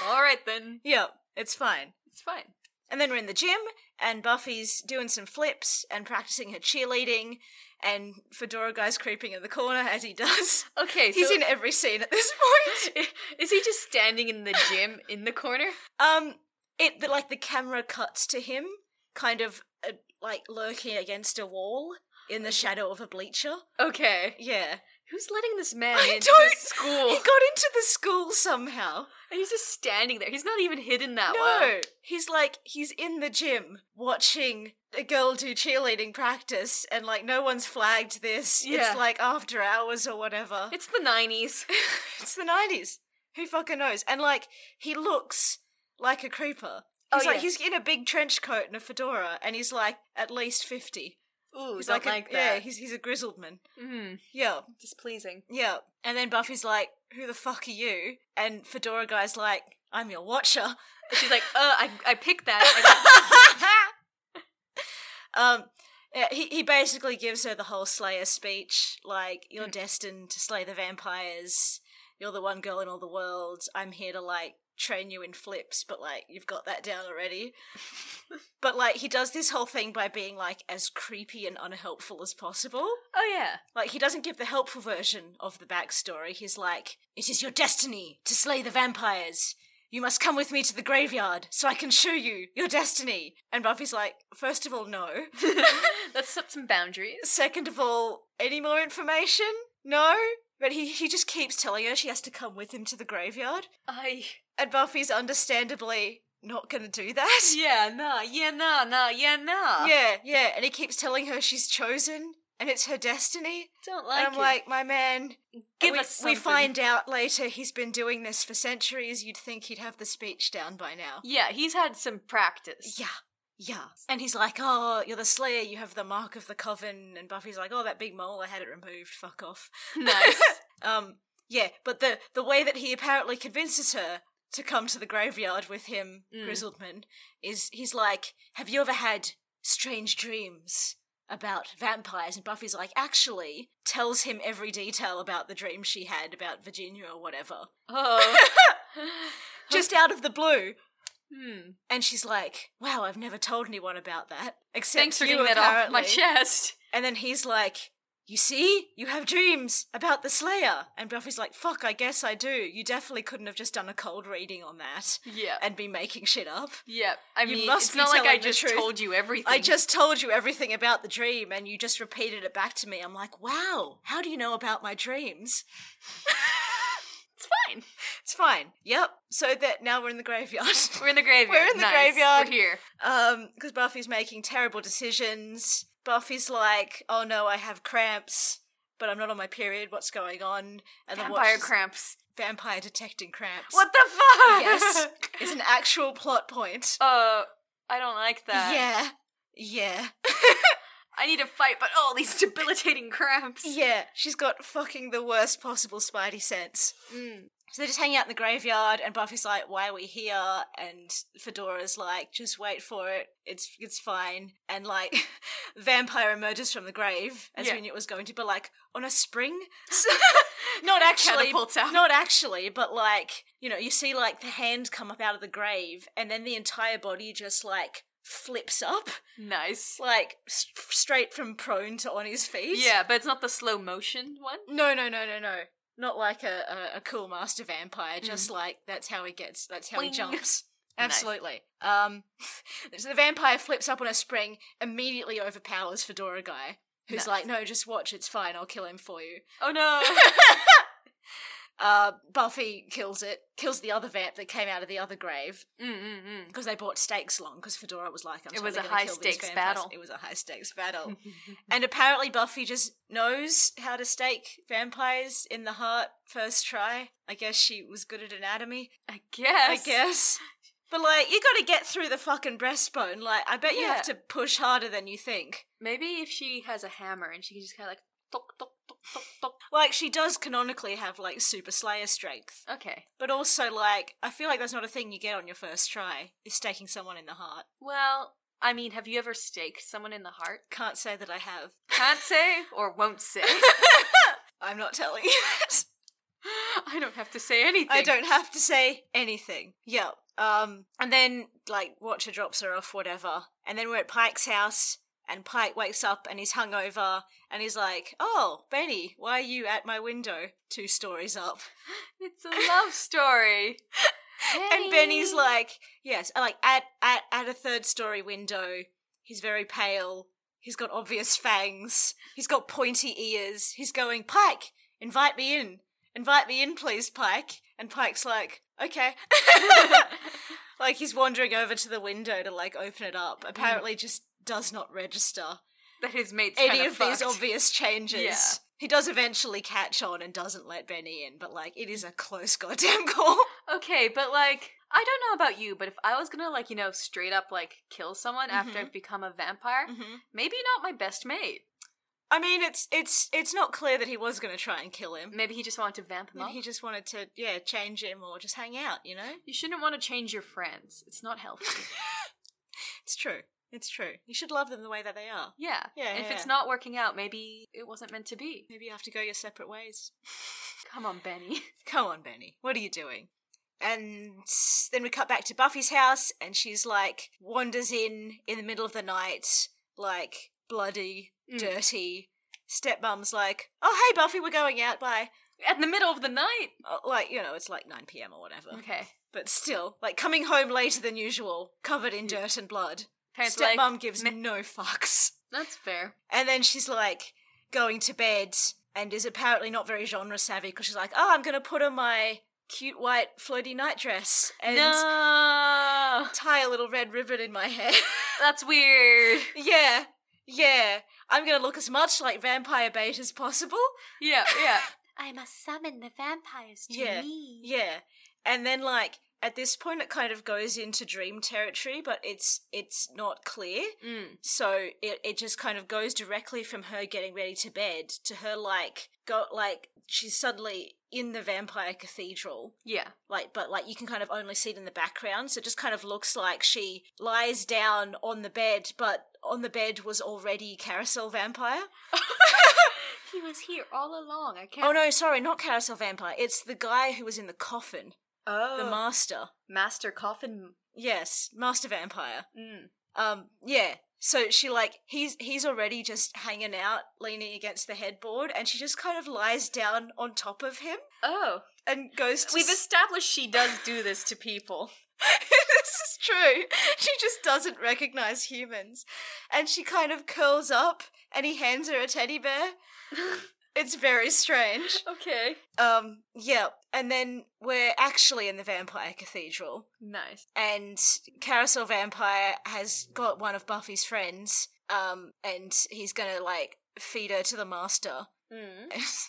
Speaker 2: all right then.
Speaker 1: Yeah, it's fine.
Speaker 2: It's fine.
Speaker 1: And then we're in the gym, and Buffy's doing some flips and practicing her cheerleading, and Fedora Guy's creeping in the corner as he does.
Speaker 2: (laughs) Okay, so
Speaker 1: He's in every scene at this (laughs) point.
Speaker 2: (laughs) is he just standing in the gym in the corner?
Speaker 1: Um, it the, like the camera cuts to him, kind of uh, like lurking against a wall in the shadow of a bleacher.
Speaker 2: Okay.
Speaker 1: Yeah,
Speaker 2: Who's letting this man
Speaker 1: I
Speaker 2: into
Speaker 1: don't- he
Speaker 2: this (laughs) school?
Speaker 1: got into the school somehow.
Speaker 2: and he's just standing there. He's not even hidden that well.
Speaker 1: No, he's like he's in the gym watching a girl do cheerleading practice, and like no one's flagged this.
Speaker 2: Yeah.
Speaker 1: It's like after hours or whatever.
Speaker 2: It's the 90s.
Speaker 1: It's the nineties. Who fucking knows? And like he looks like a creeper.
Speaker 2: Oh,
Speaker 1: He's like
Speaker 2: yeah.
Speaker 1: he's in a big trench coat and a fedora, and he's like at least fifty.
Speaker 2: Ooh,
Speaker 1: He's
Speaker 2: don't
Speaker 1: a,
Speaker 2: like
Speaker 1: yeah,
Speaker 2: that.
Speaker 1: he's he's a grizzled man.
Speaker 2: mm,
Speaker 1: Yeah,
Speaker 2: displeasing.
Speaker 1: yeah. And then Buffy's like, "Who the fuck are you?" And fedora guy's like, "I'm your
Speaker 2: (laughs)
Speaker 1: watcher."
Speaker 2: And she's like, uh, I, I picked that.
Speaker 1: um, yeah, he he basically gives her the whole Slayer speech, like you're destined to slay the vampires. You're the one girl in all the world. I'm here to like train you in flips, but like you've got that down already. but like he does this whole thing by being like as creepy and unhelpful as possible.
Speaker 2: I, (laughs) oh, yeah.
Speaker 1: Like he doesn't give the helpful version of the backstory. He's like, "It is your destiny to slay the vampires. You must come with me to the graveyard so I can show you your destiny." And Buffy's like, first of all,
Speaker 2: (laughs)
Speaker 1: no.
Speaker 2: Let's set some boundaries.
Speaker 1: Second of all, any more information? No." But he he just keeps telling her she has to come with him to the graveyard,
Speaker 2: I.
Speaker 1: and Buffy's understandably not going to do that.
Speaker 2: Yeah, nah, yeah, nah, nah, yeah, nah.
Speaker 1: Yeah, yeah, and he keeps telling her she's chosen and it's her destiny.
Speaker 2: Don't
Speaker 1: And
Speaker 2: like
Speaker 1: I'm
Speaker 2: it.
Speaker 1: like, my man,
Speaker 2: Give
Speaker 1: we,
Speaker 2: us
Speaker 1: we
Speaker 2: something.
Speaker 1: find out later he's been doing this for centuries. You'd think he'd have the speech down by now.
Speaker 2: Yeah, he's had some practice.
Speaker 1: Yeah. Yeah. And he's like, Oh, you're the Slayer, you have the mark of the coven. And Buffy's like, Oh, that big mole, I had it removed, fuck off.
Speaker 2: (laughs) Nice.
Speaker 1: Um, yeah, but the, the way that he apparently convinces her to come to the graveyard with him,
Speaker 2: Mm.
Speaker 1: Grizzledman, is he's like, Have you ever had strange dreams? About vampires, and Buffy's like, actually, tells him every detail about the dream she had about Virginia or whatever.
Speaker 2: (laughs) oh.
Speaker 1: Just out of the blue.
Speaker 2: hmm.
Speaker 1: And she's like, "Wow, I've never told anyone about that except
Speaker 2: Thanks for
Speaker 1: you,
Speaker 2: getting that off my
Speaker 1: apparently."
Speaker 2: chest.
Speaker 1: And then he's like, "You see, you have dreams about the Slayer." And Buffy's like, "Fuck, I guess I do. You definitely couldn't have just done a cold reading on that
Speaker 2: Yeah.
Speaker 1: and be making shit up.
Speaker 2: Yeah. I
Speaker 1: You
Speaker 2: mean,
Speaker 1: must
Speaker 2: it's
Speaker 1: be
Speaker 2: not like I
Speaker 1: telling the
Speaker 2: just
Speaker 1: truth.
Speaker 2: told you everything.
Speaker 1: I just told you everything about the dream, and you just repeated it back to me. I'm like, wow, how do you know about my dreams?
Speaker 2: It's fine.
Speaker 1: It's fine. Yep. So that now we're in the graveyard.
Speaker 2: (laughs)
Speaker 1: (laughs)
Speaker 2: We're in the graveyard.
Speaker 1: We're in the
Speaker 2: Nice.
Speaker 1: graveyard.
Speaker 2: We're here.
Speaker 1: Um, because Buffy's making terrible decisions. Buffy's like, "Oh no, I have cramps, but I'm not on my period. What's going on?" And the
Speaker 2: Vampire
Speaker 1: watch is-
Speaker 2: cramps.
Speaker 1: Vampire detecting cramps.
Speaker 2: What the fuck? (laughs)
Speaker 1: Yes, it's an actual plot point.
Speaker 2: Uh, I don't like that.
Speaker 1: yeah, yeah,
Speaker 2: I need to fight, but all these (laughs) debilitating cramps.
Speaker 1: yeah. She's got fucking the worst possible Spidey sense.
Speaker 2: Mm.
Speaker 1: So they're just hanging out in the graveyard, and Buffy's like, "Why are we here?" And Fedora's like, "Just wait for it. It's it's fine." And like, (laughs) vampire emerges from the grave as
Speaker 2: Yeah.
Speaker 1: we knew it was going to, but like on a
Speaker 2: (laughs)
Speaker 1: spring. (laughs) So- not actually,
Speaker 2: Catapults out.
Speaker 1: not actually, but like you know, you see like the hand come up out of the grave, and then the entire body just like flips up,
Speaker 2: Nice.
Speaker 1: like s straight from prone to on his feet.
Speaker 2: Yeah, but it's not the slow motion one.
Speaker 1: No, no, no, no, no. Not like a, a, a cool master vampire. Just like that's how he gets. That's how he
Speaker 2: Boing.
Speaker 1: jumps.
Speaker 2: Mm. (laughs) Nice.
Speaker 1: Absolutely. Um, (laughs) so the vampire flips up on a spring, immediately overpowers Fedora guy, who's
Speaker 2: Nice.
Speaker 1: (laughs) like, "No, just watch. It's fine. I'll kill him for you."
Speaker 2: Oh no.
Speaker 1: Uh, Buffy kills it, kills the other vamp that came out of the other grave
Speaker 2: Mm, Mm-mm-mm.
Speaker 1: because they brought stakes long because Fedora was like, I'm
Speaker 2: It was
Speaker 1: totally
Speaker 2: a
Speaker 1: gonna kill these
Speaker 2: high-stakes
Speaker 1: vampires."
Speaker 2: battle.
Speaker 1: It was a high stakes battle. and apparently Buffy just knows how to stake vampires in the heart first try. I guess she was good at anatomy.
Speaker 2: (laughs) I guess.
Speaker 1: I guess. But like, you gotta get through the fucking breastbone. Like, I bet you
Speaker 2: Yeah.
Speaker 1: have to push harder than you think.
Speaker 2: Maybe if she has a hammer and she can just kind of like tok tok tok tok tok.
Speaker 1: Like, she does canonically have like super slayer strength,
Speaker 2: Okay.
Speaker 1: but also like, I feel like that's not a thing you get on your first try. Is staking someone in the heart.
Speaker 2: Well, I mean, have you ever staked someone in the heart?
Speaker 1: Can't say that I have. (laughs)
Speaker 2: Can't say or won't say.
Speaker 1: I'm not telling you that.
Speaker 2: I don't have to say anything.
Speaker 1: I don't have to say anything. Yeah. Um, and then like Watcher drops her off, whatever. And then we're at Pike's house, and Pike wakes up and he's hungover, and he's like, "Oh, Benny, why are you at my window?" Two stories up,
Speaker 2: It's a love story.
Speaker 1: (laughs) and Benny's like, "Yes, like at at at a third story window. He's very pale. He's got obvious fangs. He's got pointy ears. He's going, Pike, invite me in, invite me in, please, Pike." And Pike's like,
Speaker 2: (laughs)
Speaker 1: "Okay." like he's wandering over to the window to like open it
Speaker 2: Mm.
Speaker 1: up apparently just does not register
Speaker 2: that his mate's
Speaker 1: any
Speaker 2: kinda
Speaker 1: of these
Speaker 2: fucked.
Speaker 1: obvious changes
Speaker 2: Yeah.
Speaker 1: he does eventually catch on and doesn't let benny in but like it is a close goddamn call
Speaker 2: Okay, but like, I don't know about you, but if I was gonna like, you know, straight up like kill someone after
Speaker 3: Mm-hmm.
Speaker 1: Mhm.
Speaker 2: I've become a vampire,
Speaker 3: Mm.
Speaker 2: maybe not my best mate.
Speaker 1: i mean it's it's it's not clear that he was going to try and kill him
Speaker 2: Maybe he just wanted to vamp him
Speaker 1: and
Speaker 2: up.
Speaker 1: he just wanted to yeah change him or just hang out you know
Speaker 2: You shouldn't want to change your friends. It's not healthy.
Speaker 3: (laughs)
Speaker 1: it's true it's true you should love them the way that they are
Speaker 2: yeah.
Speaker 1: Yeah,
Speaker 2: If
Speaker 1: yeah,
Speaker 2: it's
Speaker 1: yeah.
Speaker 2: not working out, maybe it wasn't meant to be.
Speaker 1: maybe you have to go your separate ways (laughs)
Speaker 2: Come on, Benny. (laughs)
Speaker 1: Come on, Benny, what are you doing? And then we cut back to Buffy's house, and she's like, wanders in in the middle of the night, like, bloody,
Speaker 2: Mm.
Speaker 1: dirty. Stepmom's like, oh, hey, Buffy, we're going out, bye.
Speaker 2: At the middle of the night.
Speaker 1: Uh, Like, you know, it's like 9 pm or whatever.
Speaker 2: Okay.
Speaker 1: But still, like, coming home later than usual, covered in
Speaker 2: Yeah.
Speaker 1: dirt and blood.
Speaker 2: Parents
Speaker 1: Stepmom
Speaker 2: like,
Speaker 1: gives
Speaker 2: "Meh."
Speaker 1: no fucks.
Speaker 2: that's fair.
Speaker 1: And then she's like going to bed and is apparently not very genre savvy because she's like, oh, I'm going to put on my cute white floaty nightdress and
Speaker 3: (laughs)
Speaker 2: no,
Speaker 1: tie a little red ribbon in my hair. (laughs)
Speaker 2: that's weird.
Speaker 1: yeah, yeah. I'm going to look as much like Vampire Bait as possible.
Speaker 2: Yeah, yeah.
Speaker 3: (laughs) I must summon the vampires to
Speaker 1: Yeah,
Speaker 3: me.
Speaker 1: Yeah. And then, like, at this point, it kind of goes into dream territory, but it's it's not clear.
Speaker 2: Mm.
Speaker 1: So it, it just kind of goes directly from her getting ready to bed to her like go like she's suddenly in the vampire cathedral.
Speaker 2: Yeah.
Speaker 1: Like but like you can kind of only see it in the background, so it just kind of looks like she lies down on the bed, but on the bed was already carousel vampire.
Speaker 3: He was here all along. I can't.
Speaker 1: Oh no, sorry, not carousel vampire. It's the guy who was in the coffin.
Speaker 2: Oh.
Speaker 1: The master.
Speaker 2: master coffin.
Speaker 1: Yes, master vampire.
Speaker 2: Mm.
Speaker 1: Um, yeah. So she like he's he's already just hanging out, leaning against the headboard, and she just kind of lies down on top of him
Speaker 2: Oh.
Speaker 1: and goes to.
Speaker 2: We've
Speaker 1: s-
Speaker 2: established she does do this to people.
Speaker 1: (laughs) this is true. She just doesn't recognize humans, and she kind of curls up, and he hands her a teddy bear. it's very strange.
Speaker 2: (laughs) Okay.
Speaker 1: Um, yeah. And then we're actually in the vampire cathedral.
Speaker 2: Nice.
Speaker 1: and Carousel Vampire has got one of Buffy's friends, um, and he's gonna like feed her to the master. (laughs)
Speaker 2: Mm.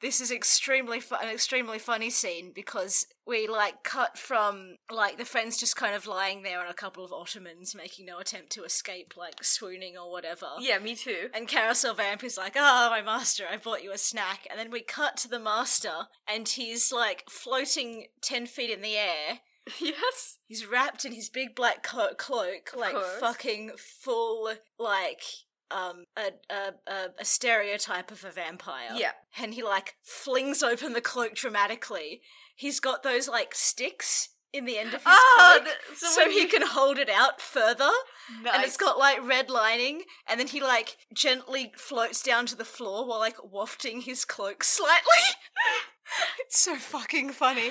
Speaker 1: this is extremely fu- an extremely funny scene because we like cut from like the friends just kind of lying there on a couple of ottomans, making no attempt to escape, like swooning or whatever.
Speaker 2: Yeah, me too.
Speaker 1: And Carousel Vamp is like, ah, my master, I bought you a snack. And then we cut to the master, and he's like floating 10 feet in the air,
Speaker 2: (laughs) yes.
Speaker 1: He's wrapped in his big black co- cloak, like
Speaker 2: course.
Speaker 1: fucking full, like um a, a a a stereotype of a vampire.
Speaker 2: Yeah.
Speaker 1: and he like flings open the cloak dramatically. He's got those like sticks in the end of his
Speaker 2: Oh,
Speaker 1: cloak.
Speaker 2: the- so,
Speaker 1: so
Speaker 2: when
Speaker 1: he
Speaker 2: you-
Speaker 1: can hold it out further,
Speaker 2: nice.
Speaker 1: and it's got like red lining, and then he like gently floats down to the floor while like wafting his cloak slightly. (laughs) it's so fucking funny.
Speaker 2: I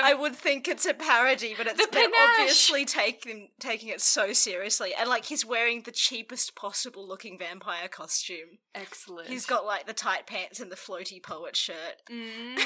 Speaker 2: love him.
Speaker 1: I would think it's a parody, but it's
Speaker 2: Um, The
Speaker 1: they're
Speaker 2: panache!
Speaker 1: obviously taking taking it so seriously. And like he's wearing the cheapest possible looking vampire costume.
Speaker 2: Excellent.
Speaker 1: He's got like the tight pants and the floaty poet shirt.
Speaker 2: Mm.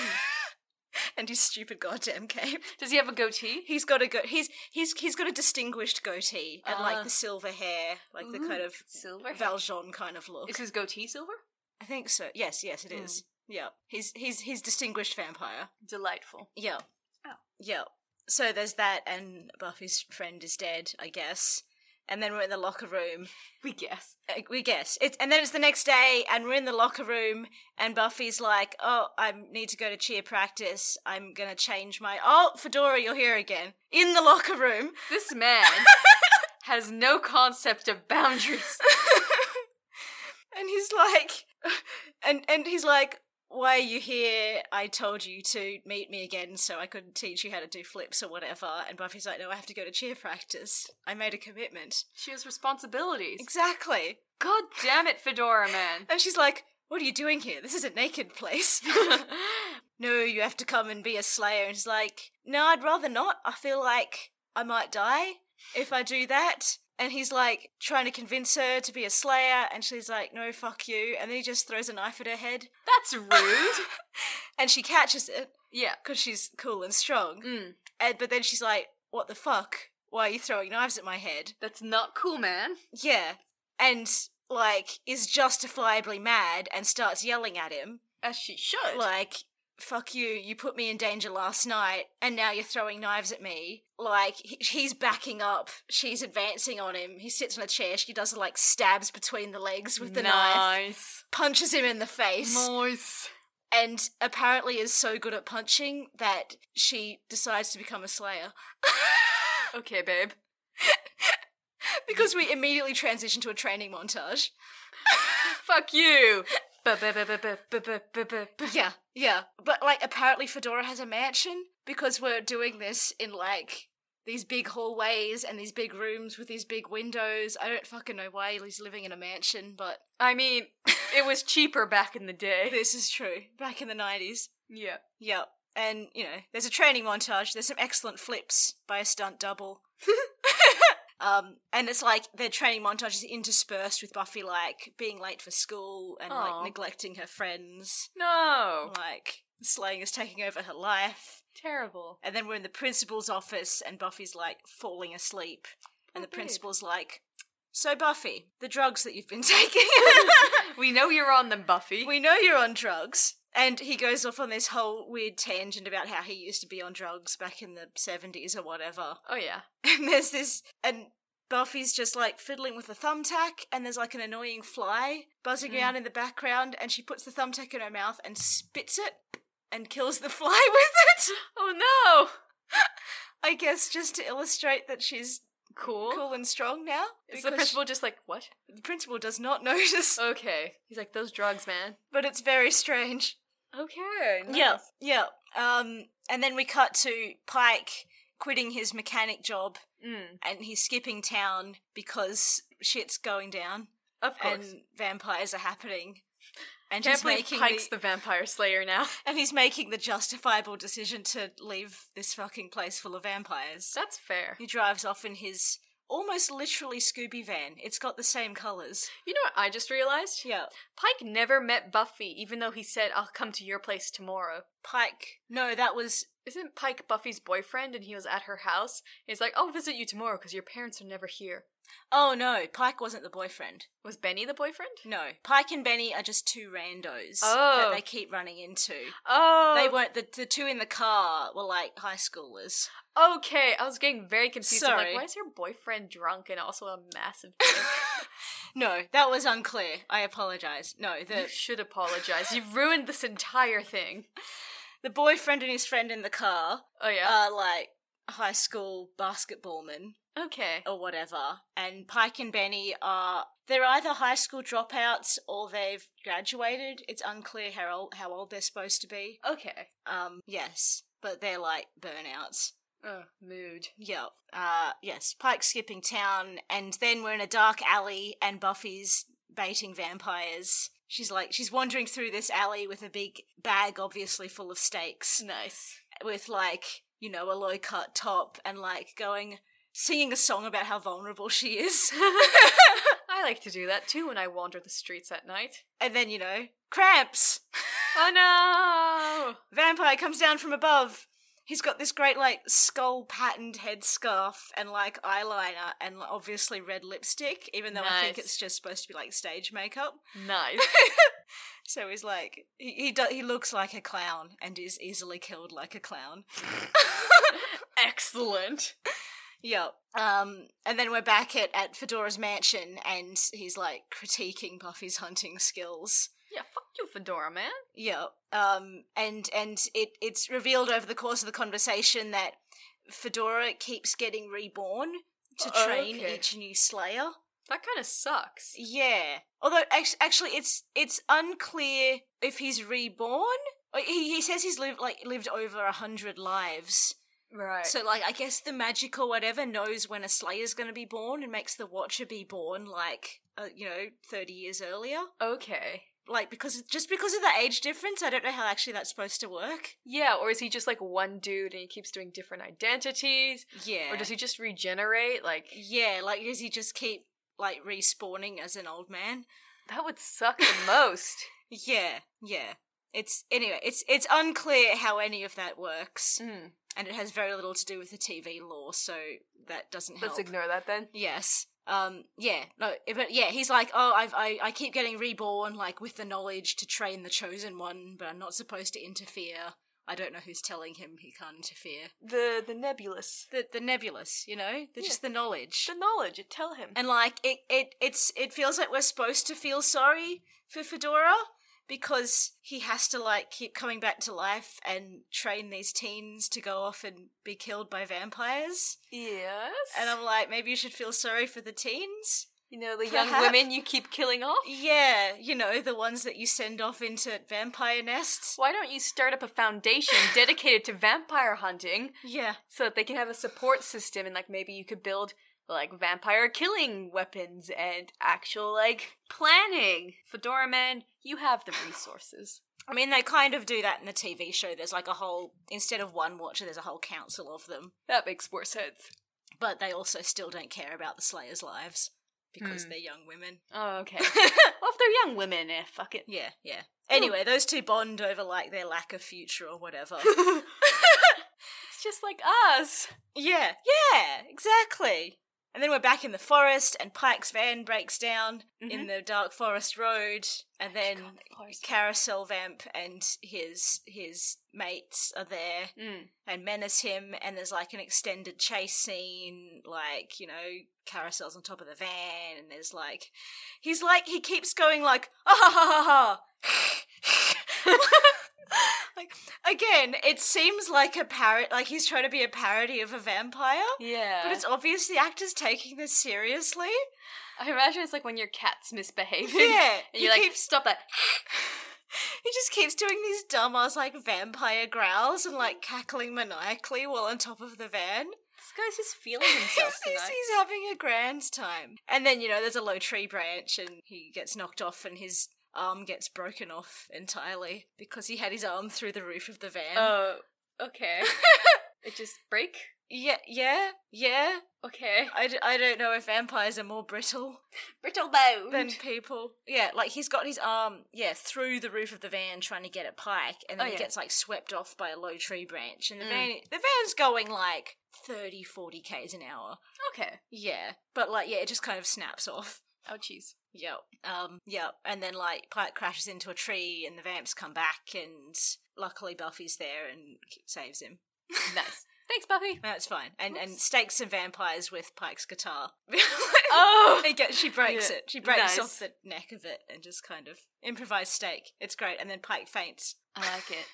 Speaker 1: and his stupid goddamn cape.
Speaker 2: (laughs)
Speaker 1: (laughs)
Speaker 2: Does he have a goatee?
Speaker 1: He's got a go- he's he's he's got a distinguished goatee and
Speaker 2: Ah.
Speaker 1: like the silver hair, like the
Speaker 2: Ooh.
Speaker 1: kind of
Speaker 3: Silver.
Speaker 1: Valjean kind of look.
Speaker 2: Is Hmm. his goatee silver?
Speaker 1: I think so. Yes, yes, it is. Yeah, he's he's he's distinguished vampire.
Speaker 2: Delightful.
Speaker 1: Yeah.
Speaker 3: Oh.
Speaker 1: Yeah. So there's that, and Buffy's friend is dead, I guess. And then we're in the locker room.
Speaker 2: We guess.
Speaker 1: Uh, We guess it's, and then it's the next day, and we're in the locker room, and Buffy's like, "Oh, I need to go to cheer practice. I'm gonna change my oh, Fedora, you're here again in the locker room."
Speaker 2: This (laughs) man has no concept of boundaries.
Speaker 1: (laughs) and he's like, and and he's like, "Why are you here? I told you to meet me again, so I could teach you how to do flips or whatever." And Buffy's like, "No, I have to go to cheer practice. I made a commitment."
Speaker 2: She has responsibilities.
Speaker 1: Exactly.
Speaker 2: God damn it, Fedora (laughs) man.
Speaker 1: And she's like, "What are you doing here? This is a naked place." no, you have to come and be a slayer. And he's like, no, I'd rather not. I feel like I might die if I do that. And he's like trying to convince her to be a slayer, and she's like, no, fuck you. And then he just throws a knife at her head,
Speaker 2: That's (laughs) rude.
Speaker 1: and she catches it
Speaker 2: Yeah.
Speaker 1: because she's cool and strong.
Speaker 2: Mm.
Speaker 1: And, but then she's like, what the fuck? Why are you throwing knives at my head?
Speaker 2: That's not cool, man.
Speaker 1: Yeah. And like, is justifiably mad and starts yelling at him.
Speaker 2: As she should.
Speaker 1: like fuck you you put me in danger last night and now you're throwing knives at me like he- he's backing up she's advancing on him he sits on a chair she does like stabs between the legs with the knife
Speaker 2: nice.
Speaker 1: punches him in the face
Speaker 2: Nice.
Speaker 1: and apparently is so good at punching that she decides to become a slayer
Speaker 2: (laughs)
Speaker 1: (laughs)
Speaker 2: Okay, babe.
Speaker 1: because we immediately transition to a training montage
Speaker 2: Fuck (laughs) you. Ba-ba-ba-ba-ba-ba-ba-ba-ba.
Speaker 1: yeah yeah but like apparently fedora has a mansion because we're doing this in like these big hallways and these big rooms with these big windows i don't fucking know why he's living in a mansion but
Speaker 2: I mean, it was cheaper back in the (laughs) day.
Speaker 1: this is true back in the 90s
Speaker 2: Yeah.
Speaker 1: yep and you know there's a training montage there's some excellent flips by a stunt double (laughs) um and it's like the training montage is interspersed with buffy like being late for school and
Speaker 2: Aw.
Speaker 1: like neglecting her friends
Speaker 2: No.
Speaker 1: like slaying is taking over her life
Speaker 2: Terrible.
Speaker 1: And then we're in the principal's office, and Buffy's like falling asleep. And the
Speaker 2: babe.
Speaker 1: principal's like, So, Buffy, the drugs that you've been (laughs) taking,
Speaker 2: We know you're on them, Buffy.
Speaker 1: we know you're on drugs. And he goes off on this whole weird tangent about how he used to be on drugs back in the 70s or whatever. (laughs)
Speaker 2: oh yeah.
Speaker 1: And there's this, and Buffy's just like fiddling with a thumbtack, and there's like an annoying fly buzzing
Speaker 2: Mm.
Speaker 1: around in the background, and she puts the thumbtack in her mouth and spits it and kills the fly (laughs) with it.
Speaker 2: Oh
Speaker 1: I guess just to illustrate that she's
Speaker 2: no. Cool.
Speaker 1: cool and strong now.
Speaker 2: Is the
Speaker 1: because
Speaker 2: principal just like what?
Speaker 1: the principal does not (laughs) notice,
Speaker 2: Okay. He's like those drugs, man.
Speaker 1: but it's very strange.
Speaker 2: Okay.
Speaker 1: yeah. Um, and then we cut to Pike quitting his mechanic job,
Speaker 2: Mm,
Speaker 1: and he's skipping town because shit's going down
Speaker 2: of course.
Speaker 1: and vampires are happening. And
Speaker 2: Can't
Speaker 1: he's
Speaker 2: believe
Speaker 1: making
Speaker 2: Pike's
Speaker 1: the,
Speaker 2: the vampire slayer now. (laughs)
Speaker 1: and he's making the justifiable decision to leave this fucking place full of vampires.
Speaker 2: That's fair.
Speaker 1: He drives off in his almost literally Scooby van. It's got the same colors.
Speaker 2: You know what I just realized?
Speaker 1: Yeah.
Speaker 2: Pike never met Buffy, even though he said, I'll come to your place tomorrow.
Speaker 1: Pike. No, that was
Speaker 2: Isn't Pike Buffy's boyfriend and he was at her house? He's like, I'll visit you tomorrow because your parents are never here.
Speaker 1: Oh no, Pike wasn't the boyfriend.
Speaker 2: Was Benny the boyfriend?
Speaker 1: No, Pike and Benny are just two randos
Speaker 2: Oh.
Speaker 1: that they keep running into.
Speaker 2: Oh,
Speaker 1: They weren't the, the two in the car were like high schoolers.
Speaker 2: Okay, I was getting very confused. I'm
Speaker 1: Sorry.
Speaker 2: like, why is your boyfriend drunk and also a massive dick?
Speaker 1: No, that was unclear. I apologize. No,
Speaker 2: you
Speaker 1: the
Speaker 2: should apologize. You've ruined this entire thing.
Speaker 1: the boyfriend and his friend in the car
Speaker 2: Oh yeah.
Speaker 1: are like high school basketballmen
Speaker 2: okay.
Speaker 1: or whatever. And Pike and Benny are they're either high school dropouts or they've graduated. It's unclear how old, how old they're supposed to be.
Speaker 2: Okay.
Speaker 1: Um, yes, but they're like burnouts.
Speaker 2: Oh, mood.
Speaker 1: Yeah. Uh, yes. Pike skipping town, and then we're in a dark alley, and Buffy's baiting vampires. She's like, she's wandering through this alley with a big bag, obviously full of steaks,
Speaker 2: Nice.
Speaker 1: with like, you know, a low cut top, and like going, singing a song about how vulnerable she is. (laughs)
Speaker 2: I like to do that too when I wander the streets at night.
Speaker 1: and then, you know, cramps.
Speaker 2: Oh
Speaker 1: Vampire comes down from above. He's got this great, like, skull patterned headscarf and, like, eyeliner and like, obviously red lipstick, even though I think
Speaker 2: Nice.
Speaker 1: it's just supposed to be, like, stage makeup.
Speaker 2: no! Nice.
Speaker 1: So he's like, he he, do, he looks like a clown and is easily killed like a clown.
Speaker 2: Excellent.
Speaker 1: Yep. Um, and then we're back at, at Fedora's mansion and he's like critiquing Buffy's hunting skills.
Speaker 2: Yeah, fuck you, Fedora man.
Speaker 1: Yeah. Um and and it it's revealed over the course of the conversation that Fedora keeps getting reborn to
Speaker 2: Oh,
Speaker 1: train
Speaker 2: okay.
Speaker 1: each new slayer.
Speaker 2: That kind of sucks.
Speaker 1: Yeah. Although act- actually it's it's unclear if he's reborn. Uh, He he says he's lived like lived over a hundred lives.
Speaker 2: Right.
Speaker 1: So like I guess the magic or whatever knows when a slayer's going to be born and makes the watcher be born like uh, you know 30 years earlier.
Speaker 2: okay.
Speaker 1: Like because just because of the age difference, I don't know how actually that's supposed to work.
Speaker 2: Yeah, or is he just like one dude and he keeps doing different identities?
Speaker 1: Yeah.
Speaker 2: Or does he just regenerate? Like,
Speaker 1: Yeah, like does he just keep like respawning as an old man?
Speaker 2: that would
Speaker 1: (laughs)
Speaker 2: suck the most.
Speaker 1: Yeah, yeah. It's anyway, it's it's unclear how any of that works.
Speaker 2: Mm,
Speaker 1: And it has very little to do with the TV law, so that doesn't help.
Speaker 2: let's ignore that then.
Speaker 1: Yes. Um. Yeah. No. But yeah, he's like, oh, I've, I I keep getting reborn, like with the knowledge to train the chosen one, but I'm not supposed to interfere. I don't know who's telling him he can't interfere.
Speaker 2: The the nebulous.
Speaker 1: The the nebulous, you know, the,
Speaker 2: Yeah.
Speaker 1: just the knowledge.
Speaker 2: The knowledge, it tell him.
Speaker 1: And like it, it it's it feels like we're supposed to feel sorry for Fedora because he has to like keep coming back to life and train these teens to go off and be killed by vampires.
Speaker 2: yes.
Speaker 1: And I'm like, maybe you should feel sorry for the teens.
Speaker 2: you know, the young
Speaker 1: perhaps-
Speaker 2: women you keep killing off.
Speaker 1: Yeah, you know, the ones that you send off into vampire nests.
Speaker 2: Why don't you start up a foundation dedicated to vampire hunting
Speaker 1: Yeah.
Speaker 2: so that they can have a support system and like maybe you could build like vampire killing weapons and actual like planning. Fedora man, you have the resources.
Speaker 1: I mean, they kind of do that in the TV show. There's like a whole, instead of one watcher, there's a whole council of them.
Speaker 2: (laughs) that makes more sense.
Speaker 1: But they also still don't care about the Slayers' lives because they're young women.
Speaker 2: Oh, (laughs) okay. well, if they're young women, eh, fuck it.
Speaker 1: Yeah, yeah. Anyway, those two bond over like their lack of future or whatever.
Speaker 2: (laughs)
Speaker 1: (laughs)
Speaker 2: It's just like us.
Speaker 1: yeah, yeah, exactly. And then we're back in the forest, and Pike's van breaks down
Speaker 2: Mm-hmm.
Speaker 1: in the dark forest road, and then Carousel Vamp and his his mates are there
Speaker 2: Mm.
Speaker 1: and menace him and there's like an extended chase scene like you know carousels on top of the van and there's like he's like he keeps going like ah ha ha ha ha (laughs) like again it seems like a parrot like he's trying to be a parody of a vampire
Speaker 2: Yeah.
Speaker 1: but it's obvious the actor's taking this seriously
Speaker 2: (laughs) I imagine it's like when your cat's misbehaving.
Speaker 1: yeah
Speaker 2: (laughs) And
Speaker 1: he
Speaker 2: you're like,
Speaker 1: keeps
Speaker 2: stop that.
Speaker 1: He just keeps doing these dumbass like vampire growls and like cackling maniacally while on top of the van.
Speaker 2: (laughs) This guy's just feeling
Speaker 1: he's, (laughs)
Speaker 2: (laughs) himself
Speaker 1: he's-
Speaker 2: tonight.
Speaker 1: he's having a grand time. And then, you know, there's a low tree branch and he gets knocked off and his arm gets broken off entirely because he had his arm through the roof of the van.
Speaker 2: Oh, (laughs) okay. it just break?
Speaker 1: Yeah, yeah, yeah.
Speaker 2: Okay.
Speaker 1: I, d- I don't know if vampires are more brittle
Speaker 2: Brittle bone.
Speaker 1: than people. Yeah, like he's got his arm, yeah, through the roof of the van trying to get at Pike, and then
Speaker 2: Oh,
Speaker 1: he
Speaker 2: yeah.
Speaker 1: gets like swept off by a low tree branch, and the
Speaker 2: Mm.
Speaker 1: van the van's going like 30, 40 k's an hour.
Speaker 2: okay.
Speaker 1: Yeah, but like yeah, it just kind of snaps off.
Speaker 2: Oh, jeez.
Speaker 1: Yep. Um. Yep. And then like Pike crashes into a tree, and the vamps come back, and luckily Buffy's there and saves him.
Speaker 2: nice. (laughs) Thanks, Buffy.
Speaker 1: That's fine. And and
Speaker 2: Whoops.
Speaker 1: stakes some vampires with Pike's guitar. (laughs)
Speaker 2: Oh!
Speaker 1: It gets, she breaks
Speaker 2: Yeah.
Speaker 1: it. She breaks
Speaker 2: Nice.
Speaker 1: off the neck of it and just kind of improvised stake. It's great. And then Pike faints,
Speaker 2: (laughs) I like it.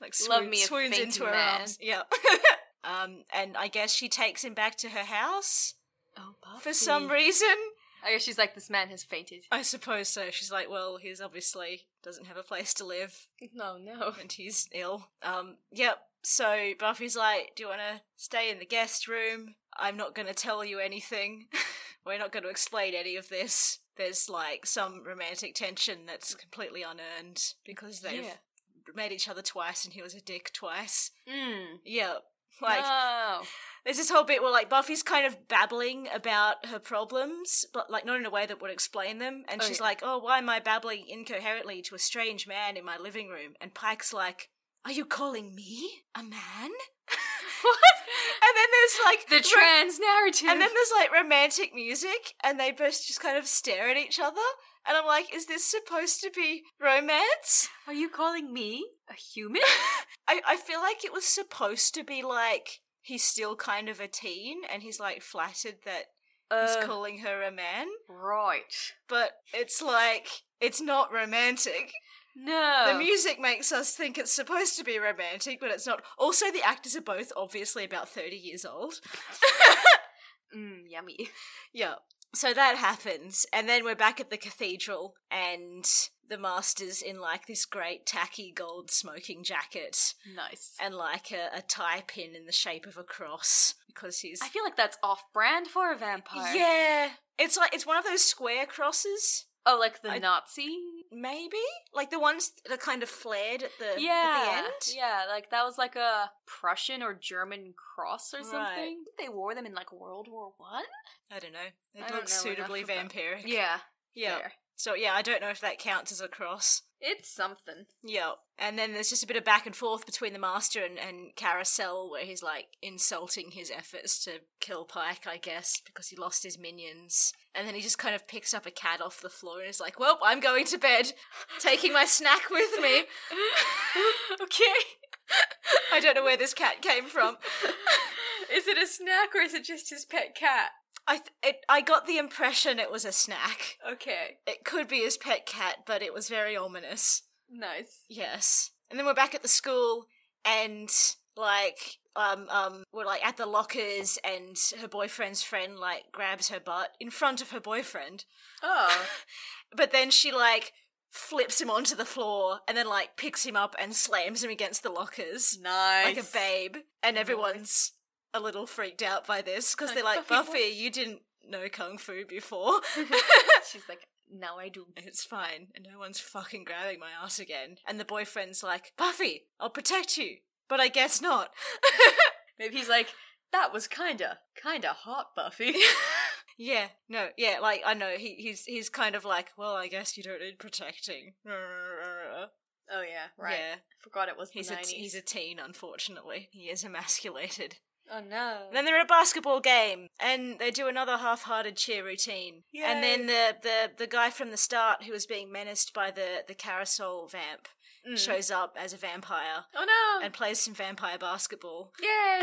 Speaker 1: like
Speaker 2: Love
Speaker 1: swoon-
Speaker 2: me a
Speaker 1: swoons
Speaker 2: fainting
Speaker 1: into her
Speaker 2: man.
Speaker 1: arms. Yeah. (laughs) um, and I guess she takes him back to her house
Speaker 2: Oh, Buffy.
Speaker 1: for some reason.
Speaker 2: I guess she's like, this man has fainted.
Speaker 1: I suppose so. She's like, well, he's obviously doesn't have a place to live
Speaker 2: No, no.
Speaker 1: and he's ill. Um, yep. So Buffy's like, do you want to stay in the guest room? I'm not going to tell you anything. (laughs) We're not going to explain any of this. There's like some romantic tension that's completely unearned because they've
Speaker 2: Yeah.
Speaker 3: Hmm.
Speaker 2: (laughs)
Speaker 1: met each other twice and he was a dick twice.
Speaker 2: Mm.
Speaker 1: Yep. Like,
Speaker 2: no.
Speaker 1: There's this whole bit where like Buffy's kind of babbling about her problems, but like not in a way that would explain them. And
Speaker 2: Oh,
Speaker 1: she's
Speaker 2: yeah.
Speaker 1: like, "Oh, why am I babbling incoherently to a strange man in my living room?" And Pike's like, "Are you calling me a man?"
Speaker 2: (laughs)
Speaker 1: (laughs)
Speaker 2: what?
Speaker 1: And then there's like
Speaker 2: The
Speaker 1: ro-
Speaker 2: trans narrative.
Speaker 1: and then there's like romantic music, and they both just kind of stare at each other. And I'm like, is this supposed to be romance?
Speaker 3: Are you calling me a
Speaker 2: (laughs)
Speaker 3: human?
Speaker 1: I, I feel like it was supposed to be like he's still kind of a teen and he's like flattered that
Speaker 3: Uh,
Speaker 1: he's calling her a man,
Speaker 2: Right.
Speaker 1: but it's like it's not romantic.
Speaker 2: No.
Speaker 1: The music makes us think it's supposed to be romantic, but it's not. Also, the actors are both obviously about 30 years old.
Speaker 3: Mm, yummy.
Speaker 1: Yeah. So that happens, and then we're back at the cathedral, and the master's in like this great tacky gold smoking jacket
Speaker 2: nice.
Speaker 1: and like a, a tie pin in the shape of a cross because he's.
Speaker 3: I feel like that's off-brand for a vampire.
Speaker 1: Yeah. It's like it's one of those square crosses,
Speaker 3: Oh, like the
Speaker 1: I-
Speaker 3: Nazi.
Speaker 1: maybe? Like the ones that are kind of flared at the,
Speaker 3: Yeah.
Speaker 1: at the end.
Speaker 3: Yeah, like that was like a Prussian or German cross or
Speaker 1: Right.
Speaker 3: something. They wore them in like World War One.
Speaker 1: I don't know. They
Speaker 3: I
Speaker 1: look
Speaker 3: don't know
Speaker 1: suitably
Speaker 3: enough
Speaker 1: vampiric.
Speaker 3: Yeah.
Speaker 1: Yeah.
Speaker 3: fair.
Speaker 1: So yeah, I don't know if that counts as a cross.
Speaker 3: It's (laughs) something.
Speaker 1: Yeah. And then there's just a bit of back and forth between the master and, and Carousel where he's like insulting his efforts to kill Pike, I guess, because he lost his minions. And then he just kind of picks up a cat off the floor and is like, Well, I'm going to bed, taking my snack with me. (laughs)
Speaker 2: okay.
Speaker 1: I don't know where this cat came from.
Speaker 2: is it a snack or is it just his pet cat?
Speaker 1: I th- it, I got the impression it was a snack.
Speaker 2: Okay.
Speaker 1: It could be his pet cat, but it was very ominous.
Speaker 2: Nice.
Speaker 1: Yes. And then we're back at the school and like um um we're like at the lockers and her boyfriend's friend like grabs her butt in front of her boyfriend.
Speaker 2: Oh. (laughs)
Speaker 1: But then she like flips him onto the floor and then like picks him up and slams him against the lockers
Speaker 2: nice.
Speaker 1: like a
Speaker 3: (laughs)
Speaker 2: (laughs)
Speaker 1: babe. And everyone's a little freaked out by this because
Speaker 2: Like,
Speaker 1: they're like,
Speaker 2: "Buffy, what?"
Speaker 1: Buffy, you didn't know kung fu before.
Speaker 3: She's like, now I do.
Speaker 1: It's fine, and no one's fucking grabbing my ass again. And the boyfriend's like, Buffy, I'll protect you, but I guess not.
Speaker 2: Maybe he's like, that was kinda, kinda hot,
Speaker 3: (laughs)
Speaker 2: Buffy.
Speaker 1: Yeah, no, yeah, like I know he, he's he's kind of like, well, I guess you don't need protecting. Yeah,
Speaker 2: oh yeah, right. Forgot it was the
Speaker 1: he's a
Speaker 2: 90s.
Speaker 1: t- he's a teen, unfortunately. He is emasculated.
Speaker 2: oh no.
Speaker 1: And then they're at a basketball game, and they do another half-hearted cheer routine. And then the, the the guy from the start who was being menaced by the the carousel vamp
Speaker 2: Mm.
Speaker 1: shows up as a vampire.
Speaker 2: Oh no.
Speaker 1: and plays some vampire basketball.
Speaker 2: (laughs) Yay.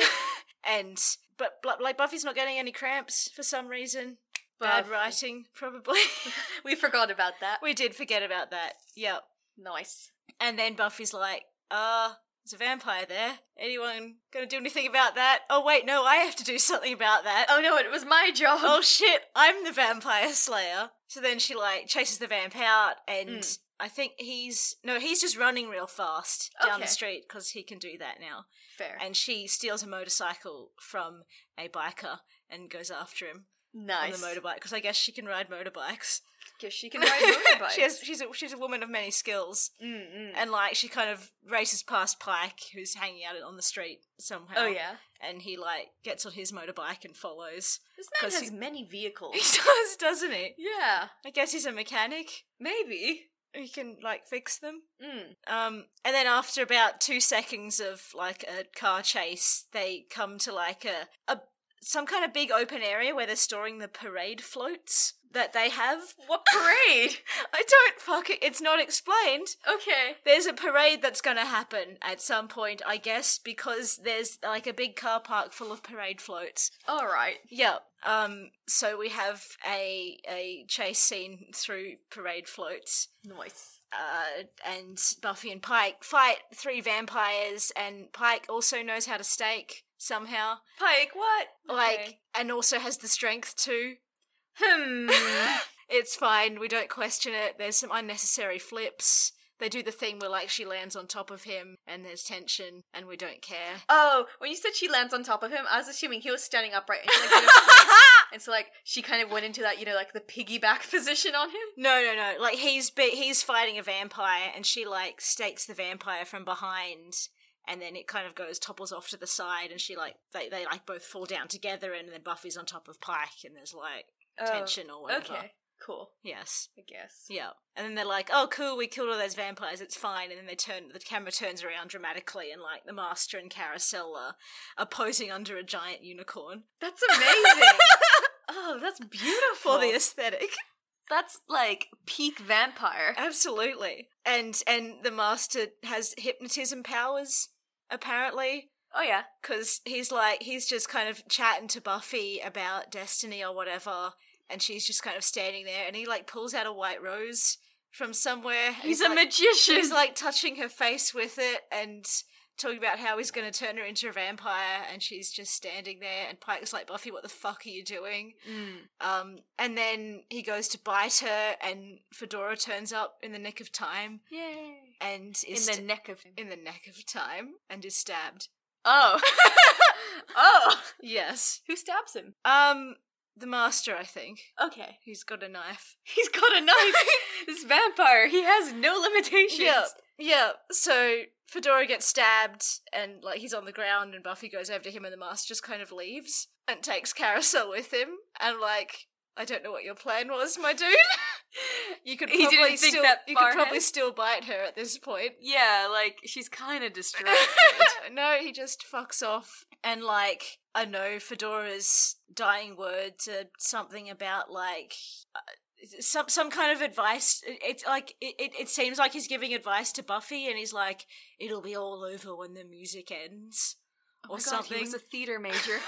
Speaker 1: And but, but like Buffy's not getting any cramps for some reason. Bad
Speaker 2: Buff.
Speaker 1: writing, probably. (laughs)
Speaker 2: (laughs) We forgot about that.
Speaker 1: we did forget about that. Yep.
Speaker 2: Nice.
Speaker 1: And then Buffy's like, uh, there's a vampire there. Anyone gonna do anything about that? Oh wait, no, I have to do something about that. (laughs)
Speaker 2: Oh no, it was my job.
Speaker 1: oh shit, I'm the vampire slayer. So then she like chases the vamp out and
Speaker 2: Mm.
Speaker 1: I think he's no, he's just running real fast down
Speaker 2: Okay.
Speaker 1: the street because he can do that now.
Speaker 2: Fair.
Speaker 1: and she steals a motorcycle from a biker and goes after him
Speaker 2: nice.
Speaker 1: on the motorbike because I guess she can ride motorbikes.
Speaker 2: Guess (laughs) she can ride motorbikes.
Speaker 1: (laughs)
Speaker 2: Mm.
Speaker 1: she has, she's a, she's a woman of many skills,
Speaker 2: Mm-mm.
Speaker 1: and like she kind of races past Pike, who's hanging out on the street somehow.
Speaker 2: oh yeah.
Speaker 1: and he like gets on his motorbike and
Speaker 2: (laughs)
Speaker 1: follows.
Speaker 2: This
Speaker 1: 'Cause he-
Speaker 2: many
Speaker 1: (laughs) He
Speaker 2: vehicles.
Speaker 1: does, doesn't he?
Speaker 2: yeah.
Speaker 1: I guess he's a mechanic.
Speaker 2: Maybe.
Speaker 1: He can like fix them.
Speaker 2: Mm.
Speaker 1: Um, and then after about two seconds of like a car chase, they come to like a, a some kind of big open area where they're storing the parade floats that they have. (laughs)
Speaker 2: What parade?
Speaker 1: I don't fuck it. It's not explained.
Speaker 2: okay.
Speaker 1: There's a parade that's going to happen at some point, I guess, because there's like a big car park full of parade floats.
Speaker 2: All right.
Speaker 1: Yeah. Um. So we have a a chase scene through parade floats
Speaker 2: Nice.
Speaker 1: uh, and Buffy and Pike fight three vampires, and Pike also knows how to stake somehow,
Speaker 2: Pike, what?
Speaker 1: like,
Speaker 2: Okay.
Speaker 1: and also has the strength too.
Speaker 2: hmm.
Speaker 1: It's fine. We don't question it. There's some unnecessary flips. They do the thing where like she lands on top of him, and there's tension, and we don't care.
Speaker 2: (laughs) Oh, when you said she lands on top of him, I was assuming he was standing upright, and, she,
Speaker 1: (laughs)
Speaker 2: like, you know, and so like she kind of went into that, you know, like the piggyback (laughs) position on him.
Speaker 1: No, no, no. Like he's be- he's fighting a vampire, and she like stakes the vampire from behind, and then it kind of goes topples off to the side, and she like they they like both fall down together, and then Buffy's on top of Pike, and there's like tension or whatever.
Speaker 2: Oh, Okay. Cool.
Speaker 1: Yes.
Speaker 2: I guess.
Speaker 1: Yeah. And then they're like, oh, cool, we killed all those vampires, it's fine. And then they turn, the camera turns around dramatically, and like the Master and Carousel are, are posing under a giant unicorn
Speaker 3: That's
Speaker 2: (laughs)
Speaker 3: amazing. oh, that's beautiful.
Speaker 1: for the aesthetic. (laughs)
Speaker 3: That's like peak vampire.
Speaker 2: Uh,
Speaker 1: Absolutely. And and the Master has hypnotism powers, apparently.
Speaker 2: Oh yeah.
Speaker 1: Because he's like, he's just kind of chatting to Buffy about destiny or whatever, and she's just kind of standing there, and he like pulls out a white rose from somewhere. and
Speaker 2: He's, a
Speaker 1: like,
Speaker 2: magician.
Speaker 1: She's like touching her face with it and talking about how he's going to turn her into a vampire, and she's just standing there. And Pike's like, Buffy, what the fuck are you doing?
Speaker 2: Mm.
Speaker 1: Um, and then he goes to bite her, and Fedora turns up in the nick of time
Speaker 3: Yay.
Speaker 1: and
Speaker 2: in
Speaker 1: is
Speaker 2: the
Speaker 1: sta-
Speaker 2: neck of
Speaker 1: in the neck of time and is stabbed.
Speaker 2: (laughs) Oh. oh.
Speaker 1: Yes.
Speaker 2: Who stabs him?
Speaker 1: Um, the master, I think.
Speaker 2: Okay.
Speaker 1: He's got a knife.
Speaker 2: He's got a (laughs) knife. this vampire, he has no limitations.
Speaker 1: Yeah, yeah. So Fedora gets stabbed, and like he's on the ground, and Buffy goes over to him, and the master just kind of leaves and takes Carousel with him, and like. I don't know what your plan was, my dude. (laughs) you could
Speaker 2: He
Speaker 1: probably
Speaker 2: didn't think
Speaker 1: still
Speaker 2: that
Speaker 1: you
Speaker 2: far
Speaker 1: could probably
Speaker 2: ahead.
Speaker 1: still bite her at this point.
Speaker 2: Yeah, like she's kind of (laughs) distraught. Oh
Speaker 1: no, he just fucks off. And like, I know Fedora's dying words are something about like uh, some some kind of advice. It- It's like it, it, it seems like he's giving advice to Buffy, and he's like, "It'll be all over when the music ends."
Speaker 2: or
Speaker 1: or
Speaker 2: something.
Speaker 1: something.
Speaker 2: Oh He was a theater major.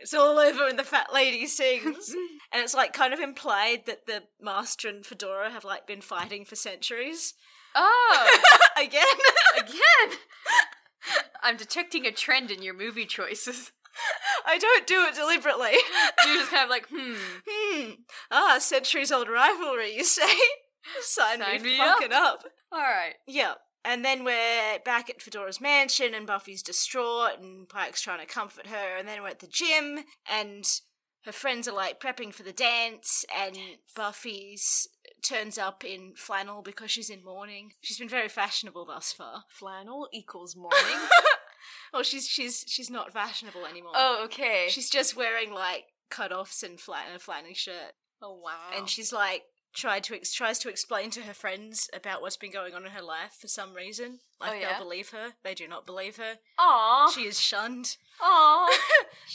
Speaker 1: It's all over when the fat lady
Speaker 2: (laughs)
Speaker 1: sings. and it's like kind of implied that the master and Fedora have like been fighting for centuries.
Speaker 2: (laughs)
Speaker 1: (laughs)
Speaker 2: oh,
Speaker 1: Again. (laughs)
Speaker 2: (laughs) again. I'm detecting a trend in your movie choices.
Speaker 1: I don't do it deliberately.
Speaker 2: You're just kind of like, hmm.
Speaker 1: Hmm. Ah, centuries old rivalry, you say? (laughs) Sign,
Speaker 2: Sign
Speaker 1: me,
Speaker 2: me
Speaker 1: fucking up.
Speaker 2: All right.
Speaker 1: Yeah. And then we're back at Fedora's mansion, and Buffy's distraught, and Pike's trying to comfort her. And then we're at the gym, and her friends are like prepping for the dance, and Buffy's turns up in flannel because she's in mourning. She's been very fashionable thus far.
Speaker 2: Flannel equals morning.
Speaker 1: Well, she's she's she's not fashionable anymore.
Speaker 2: (laughs) oh, okay.
Speaker 1: She's just wearing like cutoffs and flat and a flannel shirt.
Speaker 2: oh wow.
Speaker 1: and she's like tried to ex- tries to explain to her friends about what's been going on in her life for some reason. Like
Speaker 2: Oh, yeah? Oh.
Speaker 1: they'll believe her, they do not believe her.
Speaker 2: Aw.
Speaker 1: She is shunned.
Speaker 2: (laughs) Aw.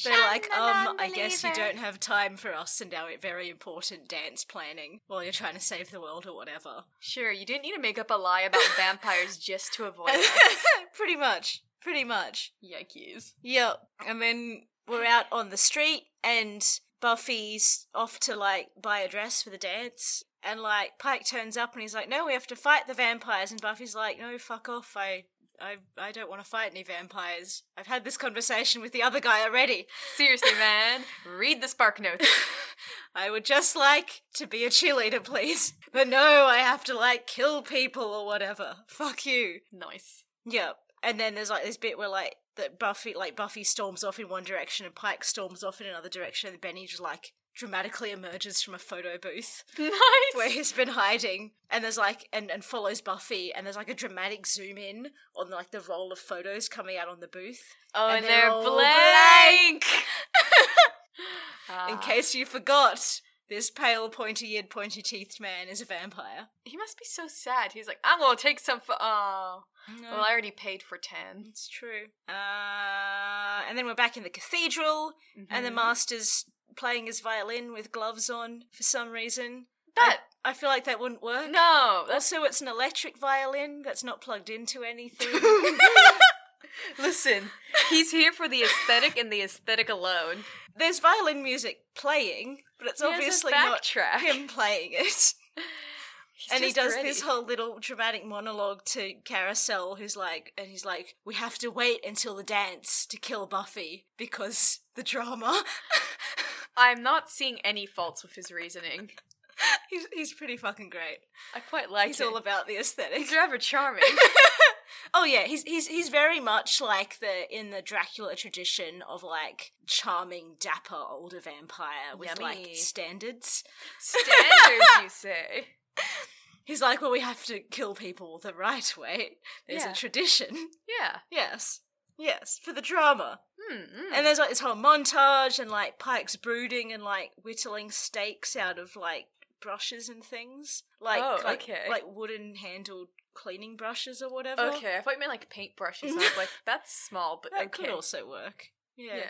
Speaker 1: They're like,
Speaker 2: Shun the
Speaker 1: um, I guess you
Speaker 2: non-believer."
Speaker 1: don't have time for us and our very important dance planning while you're trying to save the world or whatever.
Speaker 2: (laughs)
Speaker 1: (laughs)
Speaker 2: Sure, you didn't need to make up a lie (laughs) about vampires just to (laughs) avoid us.
Speaker 1: pretty much, pretty much.
Speaker 2: Yikes.
Speaker 1: Yep. And then we're out on the street and Buffy's off to like buy a dress for the dance. And like Pike turns up and he's like, No, we have to fight the vampires and Buffy's like, No, fuck off, I I I don't want to fight any vampires. I've had this conversation with the other guy already. (laughs)
Speaker 2: Seriously, man. Read the spark notes.
Speaker 1: I would just like to be a cheerleader, please. (laughs) But no, I have to like kill people or whatever. Fuck you.
Speaker 2: (laughs) nice.
Speaker 1: Yeah, and then there's like this bit where like that Buffy, like Buffy storms off in one direction and Pike storms off in another direction, and Benny just like dramatically emerges from a photo booth (laughs)
Speaker 2: Nice.
Speaker 1: where he's been hiding, and there's like and and follows Buffy, and there's like a dramatic zoom in on like the roll of photos coming out on the booth.
Speaker 2: oh,
Speaker 1: and
Speaker 2: and
Speaker 1: they're
Speaker 2: they're,
Speaker 1: all
Speaker 2: blank. (laughs)
Speaker 1: In
Speaker 2: Ah.
Speaker 1: case you forgot, this pale, pointy-eared, pointy-teethed man is a vampire.
Speaker 2: he must be so sad. He's like, I'm gonna take some. Fo- oh, well, I already paid for 10
Speaker 1: it's true. Uh, and then we're back in the cathedral. and the
Speaker 2: Mhm.
Speaker 1: master's playing his violin with gloves on for some reason.
Speaker 2: That
Speaker 1: I feel like that wouldn't work.
Speaker 2: no, that's
Speaker 1: Also, it's an electric violin that's not plugged into anything.
Speaker 2: (laughs) listen. He's here for the aesthetic and the aesthetic alone.
Speaker 1: There's violin music playing, but it's
Speaker 2: He has a
Speaker 1: obviously not
Speaker 2: backtrack.
Speaker 1: him playing it. (laughs)
Speaker 2: He's
Speaker 1: and he
Speaker 2: just
Speaker 1: does
Speaker 2: ready.
Speaker 1: this whole little dramatic monologue to Carousel, who's like, and he's like, we have to wait until the dance to kill Buffy because the drama. (laughs)
Speaker 2: I'm not seeing any faults with his reasoning.
Speaker 1: he's, he's pretty fucking great.
Speaker 2: I quite like
Speaker 1: He's
Speaker 2: it.
Speaker 1: all about the aesthetic.
Speaker 2: He's rather charming.
Speaker 1: (laughs) Oh yeah, he's he's he's very much like the in the Dracula tradition of like charming, dapper older vampire with like
Speaker 2: Yummy.
Speaker 1: standards.
Speaker 2: Standards, you say?
Speaker 1: He's like, well, we have to kill people the right way. There's
Speaker 2: Yeah.
Speaker 1: a tradition. (laughs)
Speaker 2: Yeah.
Speaker 1: Yes. Yes, for the drama.
Speaker 2: Hmm. mm.
Speaker 1: And there's like this whole montage and like Pike's brooding and like whittling stakes out of like brushes and things. Like
Speaker 2: Oh,
Speaker 1: like,
Speaker 2: okay.
Speaker 1: like wooden handled cleaning brushes or whatever.
Speaker 2: okay, I thought you meant like paint brushes.
Speaker 1: (laughs)
Speaker 2: I was like, that's small, but
Speaker 1: That
Speaker 2: okay.
Speaker 1: could also work. Yeah.
Speaker 2: yeah.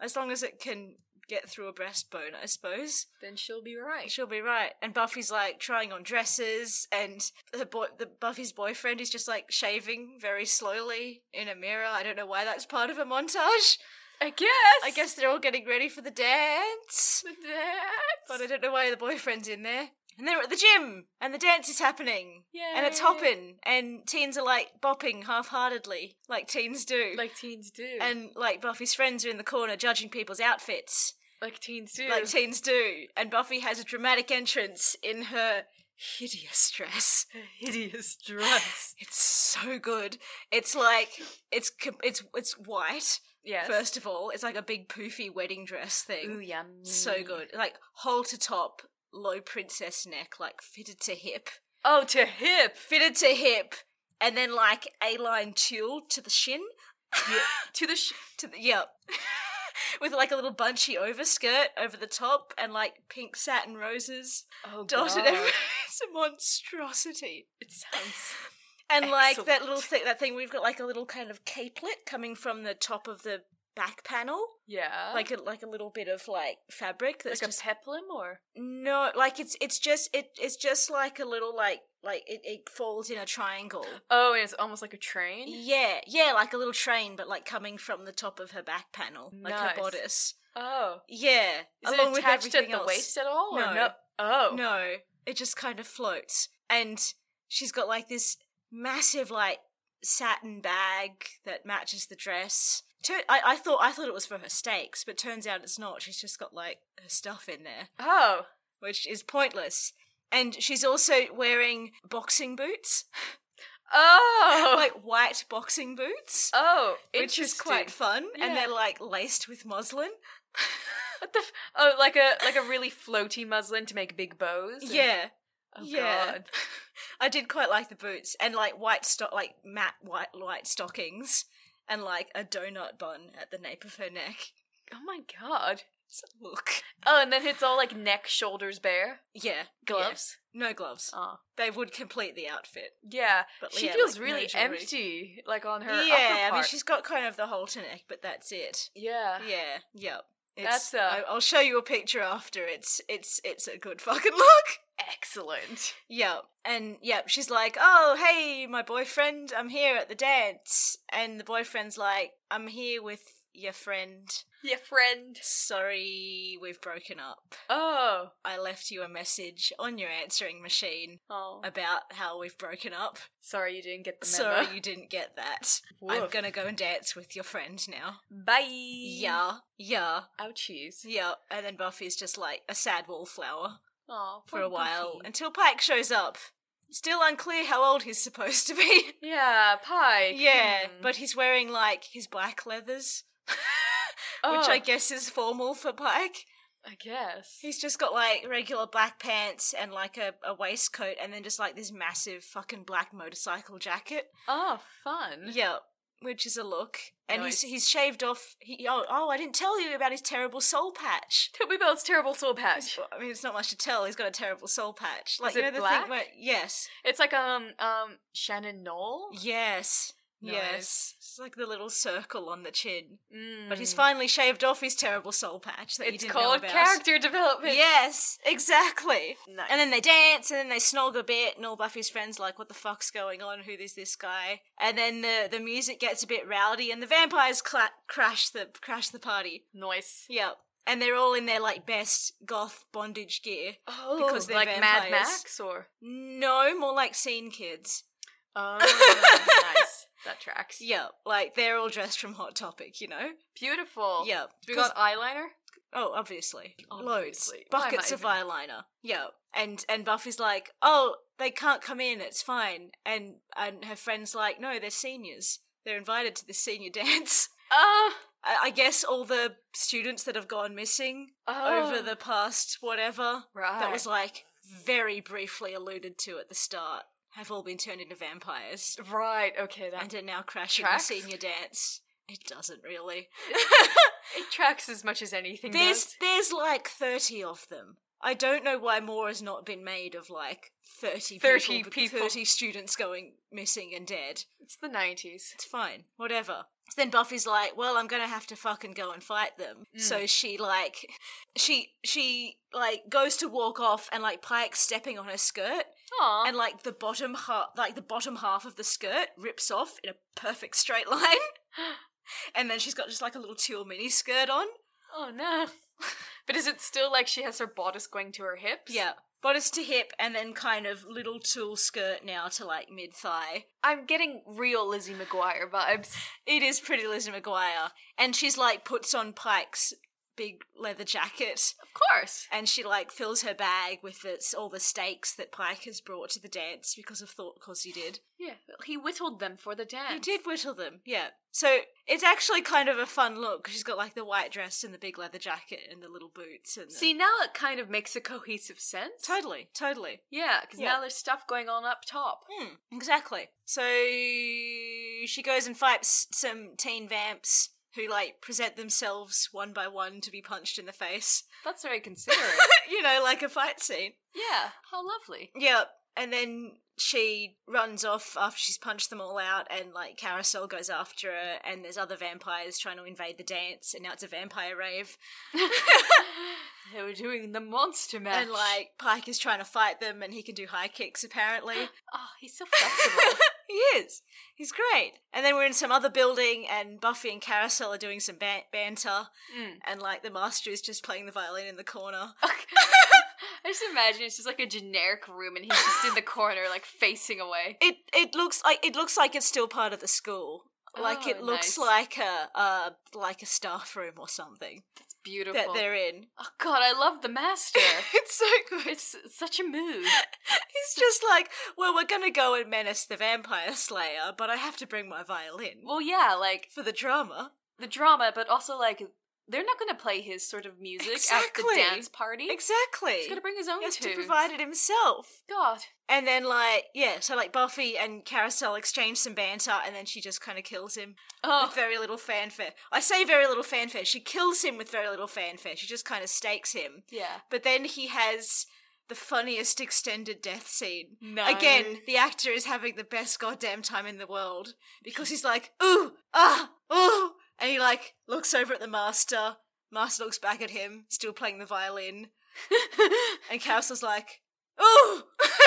Speaker 1: As long as it can get through a breastbone, I suppose.
Speaker 2: Then she'll be right.
Speaker 1: She'll be right. And Buffy's like trying on dresses and her boy the Buffy's boyfriend is just like shaving very slowly in a mirror. I don't know why that's part of a montage.
Speaker 2: I guess.
Speaker 1: I guess they're all getting ready for the dance.
Speaker 2: the
Speaker 1: But I don't know why the boyfriend's in there. And they're at the gym, and the dance is happening.
Speaker 2: yeah.
Speaker 1: And it's hopping, and teens are like bopping half heartedly, like teens do.
Speaker 2: Like teens do.
Speaker 1: and like Buffy's friends are in the corner judging people's outfits,
Speaker 2: like teens do. (laughs)
Speaker 1: like teens do. And Buffy has a dramatic entrance in her hideous dress.
Speaker 2: hideous dress.
Speaker 1: It's so good. It's like it's com- it's it's white
Speaker 2: yes.
Speaker 1: first of all. It's like a big poofy wedding dress thing.
Speaker 2: yummy.
Speaker 1: So good. Like halter top, low princess neck, like fitted to hip.
Speaker 2: Oh, to hip.
Speaker 1: Fitted to hip. And then like A line tulle to the shin.
Speaker 2: To the sh-
Speaker 1: (laughs) To the yep. (laughs) With like a little bunchy overskirt over the top and like pink satin roses
Speaker 2: Oh,
Speaker 1: dotted
Speaker 2: God.
Speaker 1: everywhere. (laughs) It's a monstrosity.
Speaker 2: It sounds.
Speaker 1: And like that
Speaker 2: Excellent.
Speaker 1: little thing that thing we've got like a little kind of capelet coming from the top of the back panel.
Speaker 2: (laughs) Yeah.
Speaker 1: Like a like a little bit of like fabric that's
Speaker 2: Oh. like
Speaker 1: just
Speaker 2: a peplum or?
Speaker 1: No, like it's it's just it it's just like a little like like it, it folds in a triangle.
Speaker 2: Oh, and it's almost like a train?
Speaker 1: Yeah, yeah, like a little train, but like coming from the top of her back panel, like
Speaker 2: Nice.
Speaker 1: her bodice.
Speaker 2: Oh.
Speaker 1: Yeah,
Speaker 2: Is
Speaker 1: along
Speaker 2: it attached
Speaker 1: with
Speaker 2: at
Speaker 1: everything
Speaker 2: the
Speaker 1: else.
Speaker 2: waist at all?
Speaker 1: No.
Speaker 2: Or no. (laughs) Oh.
Speaker 1: No, it just kind of floats, and she's got like this massive like satin bag that matches the dress. Tur- I, I thought I thought it was for her stakes, but turns out it's not. She's just got like her stuff in there.
Speaker 2: Oh.
Speaker 1: which is pointless. And she's also wearing boxing boots,
Speaker 2: (laughs) Oh.
Speaker 1: (laughs) like white boxing boots,
Speaker 2: oh.
Speaker 1: which is quite
Speaker 2: interesting.
Speaker 1: fun. And
Speaker 2: Yeah.
Speaker 1: they're like laced with muslin.
Speaker 2: What the? F- oh, like a like a really floaty muslin to make big bows. and-
Speaker 1: Yeah,
Speaker 2: Oh
Speaker 1: yeah.
Speaker 2: God.
Speaker 1: (laughs) I did quite like the boots and like white stock, like matte white white stockings, and like a donut bun at the nape of her neck.
Speaker 2: Oh my God.
Speaker 1: It's a Look,
Speaker 2: Oh, and then it's all like neck, shoulders bare.
Speaker 1: yeah,
Speaker 2: Gloves.
Speaker 1: yeah. no gloves.
Speaker 2: Oh.
Speaker 1: They would complete the outfit,
Speaker 2: Yeah.
Speaker 1: but
Speaker 2: She
Speaker 1: yeah,
Speaker 2: feels
Speaker 1: like, no
Speaker 2: really
Speaker 1: jewelry.
Speaker 2: empty, like on her
Speaker 1: Yeah,
Speaker 2: upper
Speaker 1: I mean
Speaker 2: part.
Speaker 1: she's got kind of the halter neck, but that's it.
Speaker 2: yeah.
Speaker 1: Yeah, yep. It's,
Speaker 2: That's, uh,
Speaker 1: I- I'll show you a picture after. It's it's it's a good fucking (laughs) look.
Speaker 2: Excellent.
Speaker 1: Yep. And yep, she's like, "Oh, hey, my boyfriend, I'm here at the dance." And the boyfriend's like, "I'm here with your friend.
Speaker 2: Yeah, friend.
Speaker 1: Sorry, we've broken up.
Speaker 2: Oh.
Speaker 1: I left you a message on your answering machine
Speaker 2: Oh.
Speaker 1: about how we've broken up.
Speaker 2: Sorry you didn't get the memo.
Speaker 1: Sorry
Speaker 2: (laughs)
Speaker 1: you didn't get that. I'm
Speaker 2: Woof.
Speaker 1: going to go and dance with your friend now."
Speaker 2: Bye.
Speaker 1: Yeah. Yeah.
Speaker 2: Ouchies.
Speaker 1: Yeah, and then Buffy's just like a sad wallflower
Speaker 2: Oh,
Speaker 1: for a while until Pike shows up. Still unclear how old he's supposed to be.
Speaker 2: Yeah, pie. Hmm.
Speaker 1: yeah, but he's wearing like his black leathers, which I guess is formal for Pike.
Speaker 2: oh, I guess.
Speaker 1: He's just got like regular black pants and like a, a waistcoat and then just like this massive fucking black motorcycle jacket.
Speaker 2: oh, fun.
Speaker 1: Yeah, which is a look. And
Speaker 2: Nice.
Speaker 1: he's he's shaved off. He, oh, oh, I didn't tell you about his terrible soul patch.
Speaker 2: Toby Bell's terrible soul patch.
Speaker 1: Well, I mean, it's not much to tell. He's got a terrible soul patch. Like
Speaker 2: Is
Speaker 1: you
Speaker 2: it
Speaker 1: know the
Speaker 2: black?
Speaker 1: thing where yes,
Speaker 2: It's like um um Shannon Knoll.
Speaker 1: yes,
Speaker 2: Nice.
Speaker 1: yes. It's like the little circle on the chin.
Speaker 2: Mm.
Speaker 1: But he's finally shaved off his terrible soul patch that you
Speaker 2: It's
Speaker 1: didn't
Speaker 2: called
Speaker 1: know about.
Speaker 2: character development.
Speaker 1: Yes, exactly.
Speaker 2: Nice.
Speaker 1: And then they dance, and then they snog a bit, and all Buffy's friends like, "What the fuck's going on? Who is this guy?" And then the the music gets a bit rowdy, and the vampires cla- crash the crash the party.
Speaker 2: noise.
Speaker 1: Yep. And they're all in their like best goth bondage gear.
Speaker 2: Oh,
Speaker 1: Because they're
Speaker 2: like Mad
Speaker 1: vampires.
Speaker 2: Max or
Speaker 1: No, more like scene kids.
Speaker 2: (laughs) oh, nice. That tracks.
Speaker 1: Yeah, like they're all dressed from Hot Topic, you know?
Speaker 2: Beautiful.
Speaker 1: Yeah.
Speaker 2: We
Speaker 1: 'cause-
Speaker 2: got eyeliner.
Speaker 1: oh, obviously. Loads.
Speaker 2: Obviously. Why am I
Speaker 1: Buckets of
Speaker 2: even-
Speaker 1: eyeliner. Yeah. And and Buffy's like, Oh, they can't come in, it's fine. And and her friend's like, No, they're seniors. They're invited to the senior (laughs) dance.
Speaker 2: Oh.
Speaker 1: I, I guess all the students that have gone missing
Speaker 2: oh.
Speaker 1: over the past whatever
Speaker 2: right.
Speaker 1: that was like very briefly alluded to at the start have all been turned into vampires
Speaker 2: Right. Okay. That
Speaker 1: and are now crashing
Speaker 2: tracks.
Speaker 1: the senior dance. It doesn't really.
Speaker 2: it tracks as much as anything
Speaker 1: There's
Speaker 2: does.
Speaker 1: there's like thirty of them. I don't know why more has not been made of like thirty
Speaker 2: 30
Speaker 1: but
Speaker 2: people.
Speaker 1: thirty students going missing and dead.
Speaker 2: It's the nineties.
Speaker 1: It's fine, whatever. So then Buffy's like, "Well, I'm gonna have to fucking go and fight them."
Speaker 2: Mm.
Speaker 1: So she like, she she like goes to walk off, and like Pike's stepping on her skirt,
Speaker 2: Aw.
Speaker 1: and like the bottom half, like the bottom half of the skirt rips off in a perfect straight (laughs) line, and then she's got just like a little tulle mini skirt on.
Speaker 2: oh no. (laughs) But is it still like she has her bodice going to her hips?
Speaker 1: Yeah. Bodice to hip and then kind of little tulle skirt now to like mid thigh.
Speaker 2: I'm getting real Lizzie McGuire vibes.
Speaker 1: It is pretty Lizzie McGuire. And she's like puts on Pike's big leather jacket
Speaker 2: Of course.
Speaker 1: and she like fills her bag with its, all the stakes that Pike has brought to the dance because of thought cause he did.
Speaker 3: Yeah, he whittled them for the dance.
Speaker 1: He did whittle them, yeah. So it's actually kind of a fun look. She's got like the white dress and the big leather jacket and the little boots and the-
Speaker 2: See,
Speaker 3: Now it kind of makes a cohesive sense.
Speaker 1: totally, totally.
Speaker 3: Yeah, because
Speaker 1: Yeah.
Speaker 3: now there's stuff going on up top.
Speaker 1: Hmm, exactly. So she goes and fights some teen vamps who like present themselves one by one to be punched in the face. (laughs)
Speaker 2: that's very considerate.
Speaker 1: you know, like a fight scene.
Speaker 2: yeah. How
Speaker 1: (laughs)
Speaker 2: lovely.
Speaker 1: Yep. And then she runs off after she's punched them all out, and like Carousel goes after her, and there's other vampires trying to invade the dance, and now it's a vampire rave.
Speaker 2: They were doing the monster match.
Speaker 1: And like Pike is trying to fight them, and he can do high kicks apparently.
Speaker 2: oh, he's so flexible.
Speaker 1: He is. He's great. And then we're in some other building, and Buffy and Carousel are doing some ban- banter,
Speaker 2: Mm.
Speaker 1: and like the master is just playing the violin in the corner.
Speaker 2: I just imagine it's just like a generic room, and he's just in the corner, like facing away.
Speaker 1: It it looks like it looks like it's still part of the school. Like
Speaker 2: Oh,
Speaker 1: it looks
Speaker 2: nice.
Speaker 1: like a uh like a staff room or something
Speaker 2: It's beautiful.
Speaker 1: that they're in. (laughs)
Speaker 2: oh God, I love the (laughs) master.
Speaker 1: It's so good.
Speaker 2: it's such a mood.
Speaker 1: It's just like, well, we're gonna go and menace the vampire slayer, but I have to bring my violin
Speaker 2: Well, yeah, like
Speaker 1: for the drama.
Speaker 2: the drama, but also like they're not going to play his sort of music at
Speaker 1: Exactly.
Speaker 2: the dance party.
Speaker 1: Exactly.
Speaker 2: He's going to bring his own
Speaker 1: he has to
Speaker 2: tunes.
Speaker 1: provide it himself.
Speaker 2: God,
Speaker 1: And then like yeah, so like Buffy and Carousel exchange some banter, and then she just kind of kills him
Speaker 2: oh,
Speaker 1: with very little fanfare. I say very little fanfare. She kills him with very little fanfare. She just kind of stakes him.
Speaker 2: yeah,
Speaker 1: But then he has the funniest extended death scene.
Speaker 2: no.
Speaker 1: Again,
Speaker 2: (laughs)
Speaker 1: the actor is having the best goddamn time in the world because he's like ooh ah ooh, and he like looks over at the master. Master looks back at him, still playing the
Speaker 2: (laughs)
Speaker 1: violin, and Carousel's like ooh. (laughs)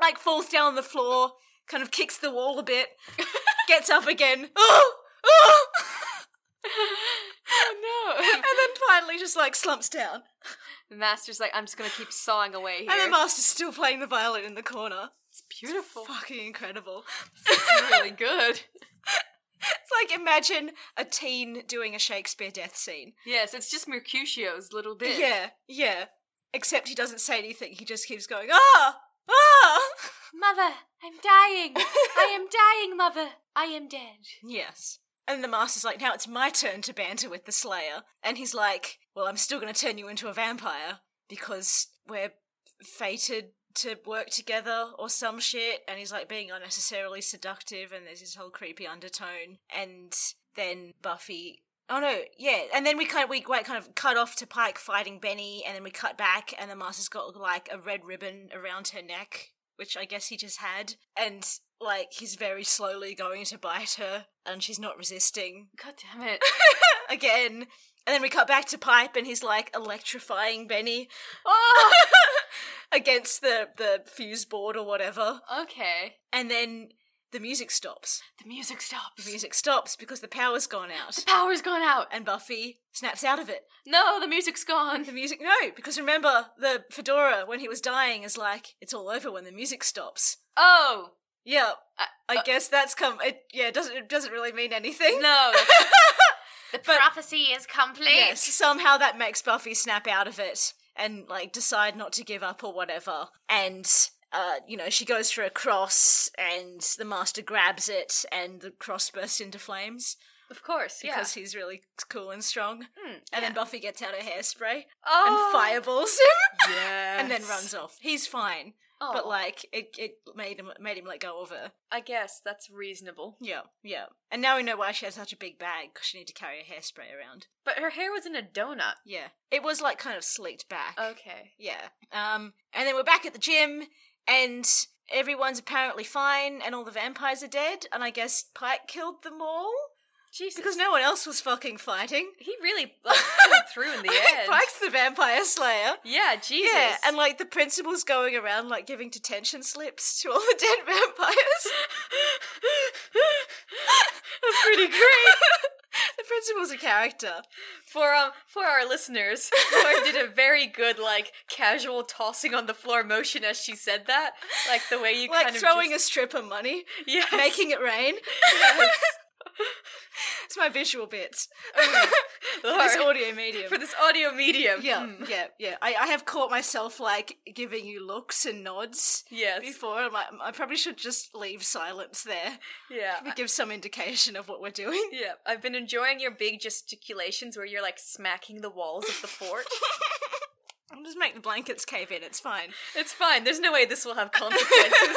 Speaker 1: like falls down on the floor, kind of kicks the wall a bit, gets up again, oh,
Speaker 2: (laughs)
Speaker 1: oh,
Speaker 2: oh
Speaker 1: and then finally just like slumps down.
Speaker 2: no. (laughs) The master's like, I'm just going to keep sawing away here.
Speaker 1: And the master's still playing the violin in the corner.
Speaker 2: it's beautiful.
Speaker 1: Fucking incredible.
Speaker 2: It's really good.
Speaker 1: It's like imagine a teen doing a Shakespeare death scene.
Speaker 2: (laughs) Yes, it's just Mercutio's little bit.
Speaker 1: Yeah, yeah. Except he doesn't say anything, he just keeps going, ah, ah.
Speaker 2: Mother, I'm dying. I am dying, mother. I am dead.
Speaker 1: Yes. And the master's like, now it's my turn to banter with the Slayer. And he's like, well, I'm still going to turn you into a vampire because we're fated to work together or some shit. And he's like being unnecessarily seductive, and there's this whole creepy undertone. And then Buffy. Oh no, yeah, and then we kind of we quite kind of cut off to Pike fighting Benny, and then we cut back, and the master's got like a red ribbon around her neck, which I guess he just had, and like he's very slowly going to bite her, and she's not resisting (laughs)
Speaker 2: God damn (laughs) it.
Speaker 1: again. And then we cut back to Pipe, and he's like electrifying Benny
Speaker 2: Oh,
Speaker 1: against the the fuse board or whatever,
Speaker 2: okay.
Speaker 1: and then the music stops.
Speaker 2: The music stops.
Speaker 1: The music stops because the power's gone
Speaker 2: (laughs)
Speaker 1: out,
Speaker 2: Power's gone out.
Speaker 1: and Buffy snaps out of it.
Speaker 2: No, the music's gone.
Speaker 1: The music, no, because remember the fedora when he was dying is like it's all over when the music stops.
Speaker 2: Oh
Speaker 1: Yeah,
Speaker 2: Uh,
Speaker 1: I
Speaker 2: uh.
Speaker 1: guess that's come. It, yeah, it doesn't it doesn't really mean anything.
Speaker 2: (laughs) no!
Speaker 3: The prophecy is complete.
Speaker 1: Yes, somehow that makes Buffy snap out of it and like decide not to give up or whatever. And uh, you know, she goes for a cross, and the master grabs it, and the cross bursts into flames.
Speaker 2: Of course, yeah.
Speaker 1: because he's really cool and strong.
Speaker 2: Mm,
Speaker 1: And
Speaker 2: yeah.
Speaker 1: then Buffy gets out her hairspray
Speaker 2: oh,
Speaker 1: and fireballs him, (laughs)
Speaker 2: Yes.
Speaker 1: and then runs off. He's fine,
Speaker 3: Oh,
Speaker 1: but like it, it made him made him let go of her.
Speaker 2: I guess that's reasonable.
Speaker 1: Yeah, yeah. And now we know why she has such a big bag because she needed to carry her hairspray around.
Speaker 2: But her hair was in a donut.
Speaker 1: Yeah, it was like kind of sleeked back.
Speaker 2: Okay.
Speaker 1: Yeah. Um, and then we're back at the gym, and everyone's apparently fine, and all the vampires are dead, and I guess Pike killed them all
Speaker 2: Jesus.
Speaker 1: because no one else was fucking fighting.
Speaker 2: he really (laughs) like, pulled
Speaker 1: (laughs)
Speaker 2: through in the
Speaker 1: I think
Speaker 2: end.
Speaker 1: Pike's the vampire slayer.
Speaker 2: yeah, Jesus.
Speaker 1: Yeah, and like the principal's going around like giving detention slips to all the (laughs) dead vampires.
Speaker 2: (laughs) that's pretty great.
Speaker 1: the principal's a character.
Speaker 2: For um for our listeners, (laughs) Laura did a very good like casual tossing on the floor motion as she said that, like the way you
Speaker 1: like
Speaker 2: kind of
Speaker 1: throwing
Speaker 2: just,
Speaker 1: a strip of money,
Speaker 2: (laughs) a yes.
Speaker 1: making it rain. (laughs) it's my visual bits.
Speaker 2: (laughs)
Speaker 1: (laughs)
Speaker 2: Laura,
Speaker 1: This audio medium.
Speaker 2: for this audio medium.
Speaker 1: Yeah,
Speaker 2: Hmm.
Speaker 1: yeah, yeah. I, I have caught myself like giving you looks and nods
Speaker 2: Yes.
Speaker 1: before. I'm like, I probably should just leave silence (laughs) there.
Speaker 2: Yeah.
Speaker 1: It gives some indication of what we're doing.
Speaker 2: Yeah, I've been enjoying your big gesticulations where you're like smacking the walls of
Speaker 1: (laughs)
Speaker 2: the fort.
Speaker 1: I'll (laughs) just make the blankets cave in. It's fine.
Speaker 2: it's fine. There's no way this will
Speaker 1: (laughs)
Speaker 2: have consequences.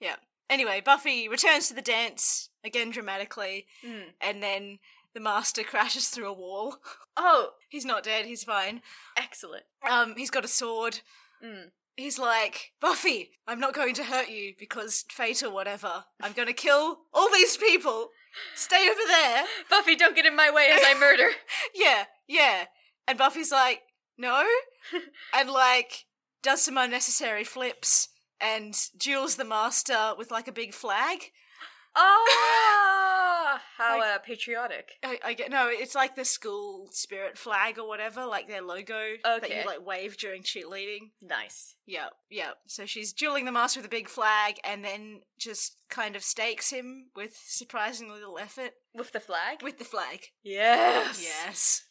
Speaker 1: yeah. Anyway, Buffy returns to the dance again dramatically,
Speaker 2: Mm.
Speaker 1: and then the master (laughs) crashes through a wall.
Speaker 2: Oh,
Speaker 1: He's not dead. He's fine.
Speaker 2: excellent.
Speaker 1: Um, he's got a sword.
Speaker 2: Mm.
Speaker 1: He's like, Buffy, I'm not going to hurt you because fate or whatever. I'm going to kill all these people. Stay over there.
Speaker 2: Buffy, don't get in my way as I
Speaker 1: (laughs)
Speaker 2: murder.
Speaker 1: Yeah, yeah. And Buffy's like,
Speaker 2: (laughs)
Speaker 1: no. And like, does some unnecessary flips and duels the master with like a big flag.
Speaker 2: Oh, how
Speaker 1: Like-
Speaker 2: uh, patriotic.
Speaker 1: I, I get no. It's like the school spirit flag or whatever, like their logo that
Speaker 2: Okay.
Speaker 1: you like wave during cheerleading.
Speaker 2: Nice.
Speaker 1: Yeah, yeah. So she's dueling the master with a big flag, and then just kind of stakes him with surprisingly little effort
Speaker 2: With the flag?
Speaker 1: with the flag.
Speaker 2: yes.
Speaker 1: Yes,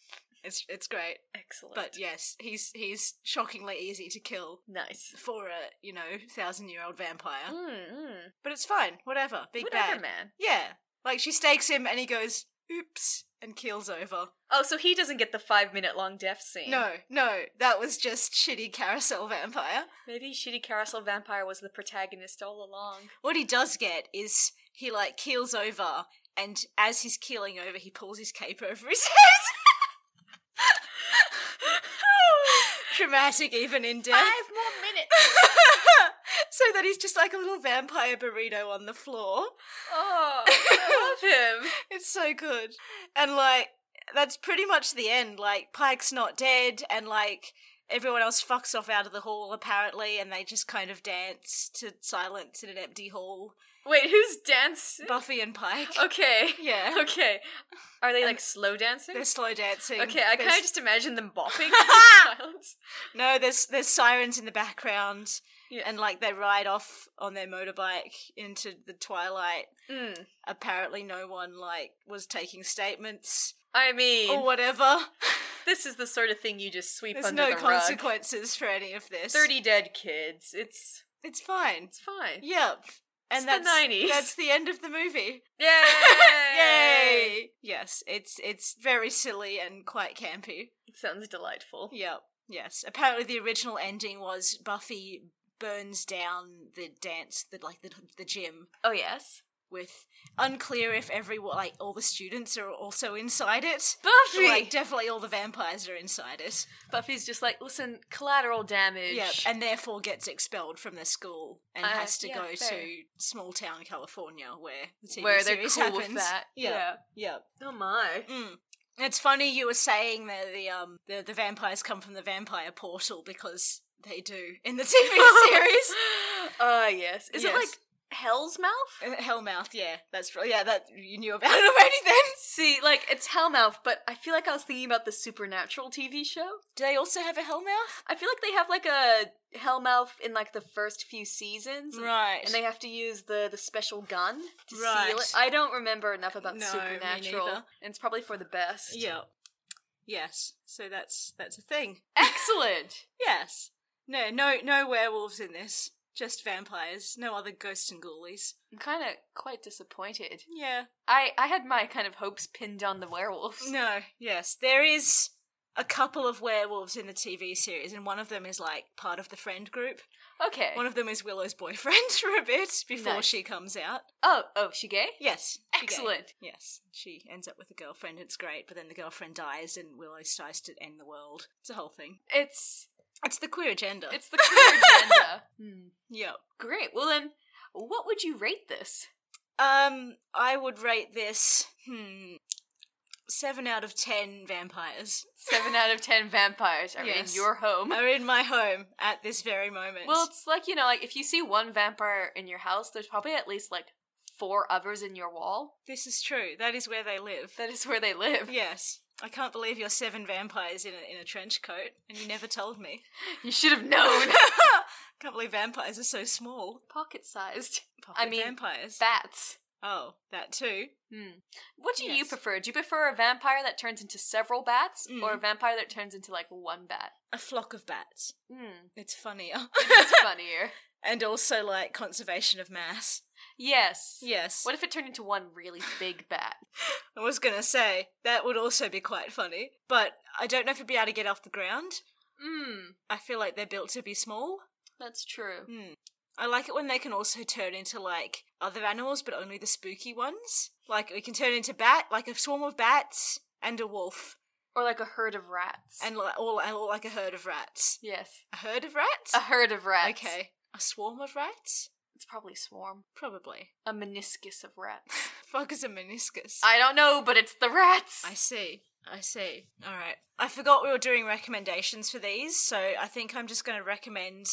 Speaker 1: it's it's great,
Speaker 2: Excellent.
Speaker 1: but yes, he's he's shockingly easy to kill
Speaker 2: nice.
Speaker 1: for a you know thousand year old vampire.
Speaker 2: Mm-hmm.
Speaker 1: But it's fine, Mm. whatever. Big
Speaker 2: Whatever,
Speaker 1: bad.
Speaker 2: man.
Speaker 1: Yeah, like she stakes him, and he goes oops and keels over.
Speaker 2: Oh, so he doesn't get the five minute long death scene.
Speaker 1: No, no, that was just shitty carousel vampire.
Speaker 2: Maybe Shitty Carousel Vampire was the protagonist all (laughs) along.
Speaker 1: What he does get is he like keels over, and as he's keeling over, he pulls his cape over his (laughs) head. Dramatic, even in death,
Speaker 2: more minutes.
Speaker 1: (laughs) so that he's just like a little vampire burrito on the floor.
Speaker 2: (laughs) Oh, I love him.
Speaker 1: It's so good, and like that's pretty much the end. Like Pike's not dead, and like. Everyone else fucks off out of the hall apparently, and they just kind of dance to silence in an empty hall.
Speaker 2: Wait, who's dancing?
Speaker 1: Buffy and Pike.
Speaker 2: Okay. (laughs)
Speaker 1: Yeah.
Speaker 2: Okay. Are they like slow dancing?
Speaker 1: They're slow dancing.
Speaker 2: Okay, I
Speaker 1: There's-
Speaker 2: kind of just imagine them (laughs) bopping in silence.
Speaker 1: No, there's there's sirens in the background,
Speaker 2: Yeah.
Speaker 1: and like they ride off on their motorbike into the twilight.
Speaker 2: Mm.
Speaker 1: Apparently, no one like was taking statements
Speaker 2: I mean,
Speaker 1: or whatever.
Speaker 2: this is the sort of thing you just sweep
Speaker 1: There's
Speaker 2: under
Speaker 1: no
Speaker 2: the rug.
Speaker 1: consequences for any of this.
Speaker 2: Thirty dead kids. It's
Speaker 1: It's fine.
Speaker 2: it's fine.
Speaker 1: Yep.
Speaker 2: It's the
Speaker 1: And that's
Speaker 2: 90s.
Speaker 1: that's the end of the movie.
Speaker 2: Yay!
Speaker 1: Yay! Yes, it's it's very silly and quite campy.
Speaker 2: It sounds delightful.
Speaker 1: Yep. Yes. Apparently, the original ending was Buffy burns down the dance, the like the the gym,
Speaker 2: Oh yes,
Speaker 1: with unclear if everyone, like all the students, are also inside it. But,
Speaker 2: Buffy.
Speaker 1: like definitely all the vampires are inside it.
Speaker 2: Buffy's just like, listen, collateral damage.
Speaker 1: Yep. And therefore gets expelled from the school and
Speaker 2: Uh,
Speaker 1: has to
Speaker 2: yeah,
Speaker 1: go
Speaker 2: fair.
Speaker 1: to small town California where the TV
Speaker 2: where they're
Speaker 1: series
Speaker 2: cool
Speaker 1: happens.
Speaker 2: with that.
Speaker 1: Yeah. Yep.
Speaker 2: Oh (laughs) my.
Speaker 1: Mm. It's funny you were saying that the um the, the vampires come from the vampire portal because they do in the (laughs)
Speaker 2: (laughs)
Speaker 1: TV series.
Speaker 2: Uh yes. Is it
Speaker 1: Yes.
Speaker 2: like Hell's Mouth?
Speaker 1: Uh, Hellmouth, yeah, that's right. Yeah, that you knew about (laughs) it already. Then
Speaker 2: See, like it's Hellmouth, but I feel like I was thinking about the Supernatural TV show.
Speaker 1: do they also have a Hellmouth?
Speaker 2: I feel like they have like a Hellmouth in like the first few seasons.
Speaker 1: Right,
Speaker 2: And they have to use the the special gun to seal
Speaker 1: Right.
Speaker 2: it. I don't remember enough about
Speaker 1: No, me
Speaker 2: Supernatural, and
Speaker 1: neither.
Speaker 2: it's probably for the best.
Speaker 1: yeah, yes. So that's that's a thing.
Speaker 2: (laughs) Excellent.
Speaker 1: Yes, no, no, no werewolves in this. Just vampires, no other ghosts and ghoulies.
Speaker 2: I'm kind of quite disappointed.
Speaker 1: Yeah.
Speaker 2: I I had my kind of hopes pinned on the werewolves.
Speaker 1: No, yes. There is a couple of werewolves in the TV series, and one of them is like part of the friend group.
Speaker 2: Okay.
Speaker 1: One of them is Willow's boyfriend (laughs) for a bit before
Speaker 2: Nice.
Speaker 1: she comes out.
Speaker 2: Oh, oh, she gay?
Speaker 1: Yes. she gay.
Speaker 2: Excellent.
Speaker 1: Yes. She ends up with a girlfriend, it's great, but then the girlfriend dies, and Willow starts to end the world. It's a whole thing.
Speaker 2: It's
Speaker 1: It's the queer agenda.
Speaker 2: it's the queer
Speaker 1: (laughs)
Speaker 2: agenda. Hmm.
Speaker 1: Yep.
Speaker 2: Great. Well then, what would you rate this?
Speaker 1: Um, I would rate this, hmm, 7 out of 10 vampires
Speaker 2: Seven out of ten vampires are
Speaker 1: Yes.
Speaker 2: in your home.
Speaker 1: are in my home at this very moment.
Speaker 2: Well, it's like you know, like if you see one vampire in your house, there's probably at least like four others in your wall.
Speaker 1: this is true. That is where they live.
Speaker 2: That is where they live.
Speaker 1: yes. I can't believe you're seven vampires in a, in a trench coat, and you never told
Speaker 2: (laughs)
Speaker 1: me.
Speaker 2: You should have (laughs) known.
Speaker 1: (laughs) can't believe vampires are so small.
Speaker 2: Pocket sized
Speaker 1: Pocket
Speaker 2: mean,
Speaker 1: vampires.
Speaker 2: bats.
Speaker 1: oh, that too.
Speaker 2: Hmm. What do you
Speaker 1: Yes.
Speaker 2: prefer? Do you prefer a vampire that turns into several bats,
Speaker 1: Mm.
Speaker 2: or a vampire that turns into like one bat?
Speaker 1: A flock of bats.
Speaker 2: Hmm.
Speaker 1: It's funnier. (laughs)
Speaker 2: (laughs) It's funnier.
Speaker 1: and also, like, conservation of mass.
Speaker 2: Yes.
Speaker 1: Yes.
Speaker 2: What if it turned into one really big bat?
Speaker 1: I was gonna say that would also be quite funny, but I don't know if it'd be able to get off the ground.
Speaker 2: Hmm.
Speaker 1: I feel like they're built to be small.
Speaker 2: That's true.
Speaker 1: Hmm. I like it when they can also turn into like other animals, but only the spooky ones. Like we can turn into bat, like a swarm of bats and a wolf,
Speaker 2: Or like a herd of rats.
Speaker 1: and like all, and all like a herd of rats.
Speaker 2: yes,
Speaker 1: A herd of rats?
Speaker 2: a herd of rats.
Speaker 1: Okay, a swarm of rats,
Speaker 2: It's probably swarm.
Speaker 1: probably. (laughs)
Speaker 2: A meniscus of rats.
Speaker 1: Fuck is a meniscus.
Speaker 2: (laughs) I don't know, but it's the rats.
Speaker 1: I see. I see. All right. I forgot we were doing recommendations for these, so I think I'm just going to recommend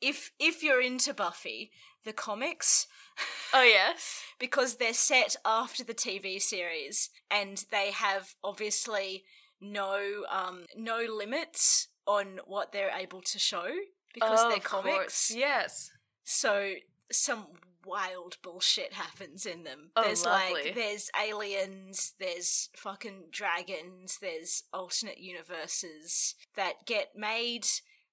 Speaker 1: if if you're into Buffy, the comics
Speaker 2: oh yes.
Speaker 1: because they're set after the TV series and they have obviously no um no limits on what they're able to show because they're
Speaker 2: Of course.
Speaker 1: comics.
Speaker 2: Yes.
Speaker 1: So some wild bullshit happens in them.
Speaker 2: Oh,
Speaker 1: there's
Speaker 2: lovely.
Speaker 1: like there's aliens, there's fucking dragons, there's alternate universes that get made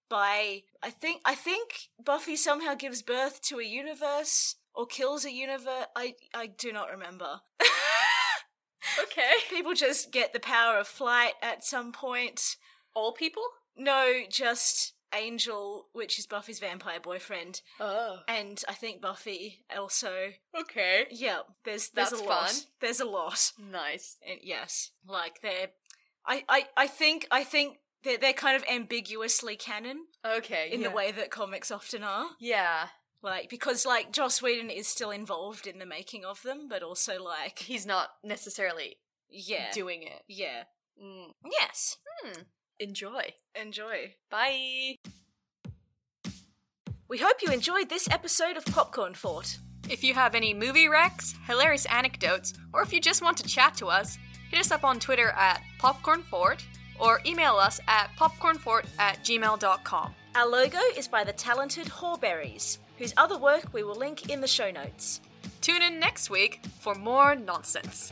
Speaker 1: by I think I think Buffy somehow gives birth to a universe or kills a universe. I I do not remember.
Speaker 2: Okay.
Speaker 1: People just get the power of flight at some point.
Speaker 2: All people.
Speaker 1: No, just Angel, which is Buffy's vampire boyfriend,
Speaker 2: Oh.
Speaker 1: and I think Buffy also.
Speaker 2: Okay.
Speaker 1: Yeah, there's there's
Speaker 2: That's
Speaker 1: a lot.
Speaker 2: fun.
Speaker 1: There's a lot.
Speaker 2: Nice.
Speaker 1: And yes, like they're, I I I think I think they're they're kind of ambiguously canon
Speaker 2: Okay.
Speaker 1: in
Speaker 2: yeah.
Speaker 1: the way that comics often are.
Speaker 2: Yeah.
Speaker 1: Like because like Joss Whedon is still involved in the making of them, but also like
Speaker 2: He's not necessarily
Speaker 1: yeah
Speaker 2: doing it.
Speaker 1: yeah
Speaker 2: Mm.
Speaker 1: yes
Speaker 2: Enjoy.
Speaker 1: enjoy.
Speaker 2: Bye.
Speaker 1: We hope you enjoyed this episode of Popcorn Fort.
Speaker 2: If you have any movie recs, hilarious anecdotes, or if you just want to chat to us, hit us up on Twitter at popcornfort or email us at popcornfort at gmail.com.
Speaker 1: Our logo is by the talented Horberries, whose other work we will link in the show notes.
Speaker 2: Tune in next week for more nonsense.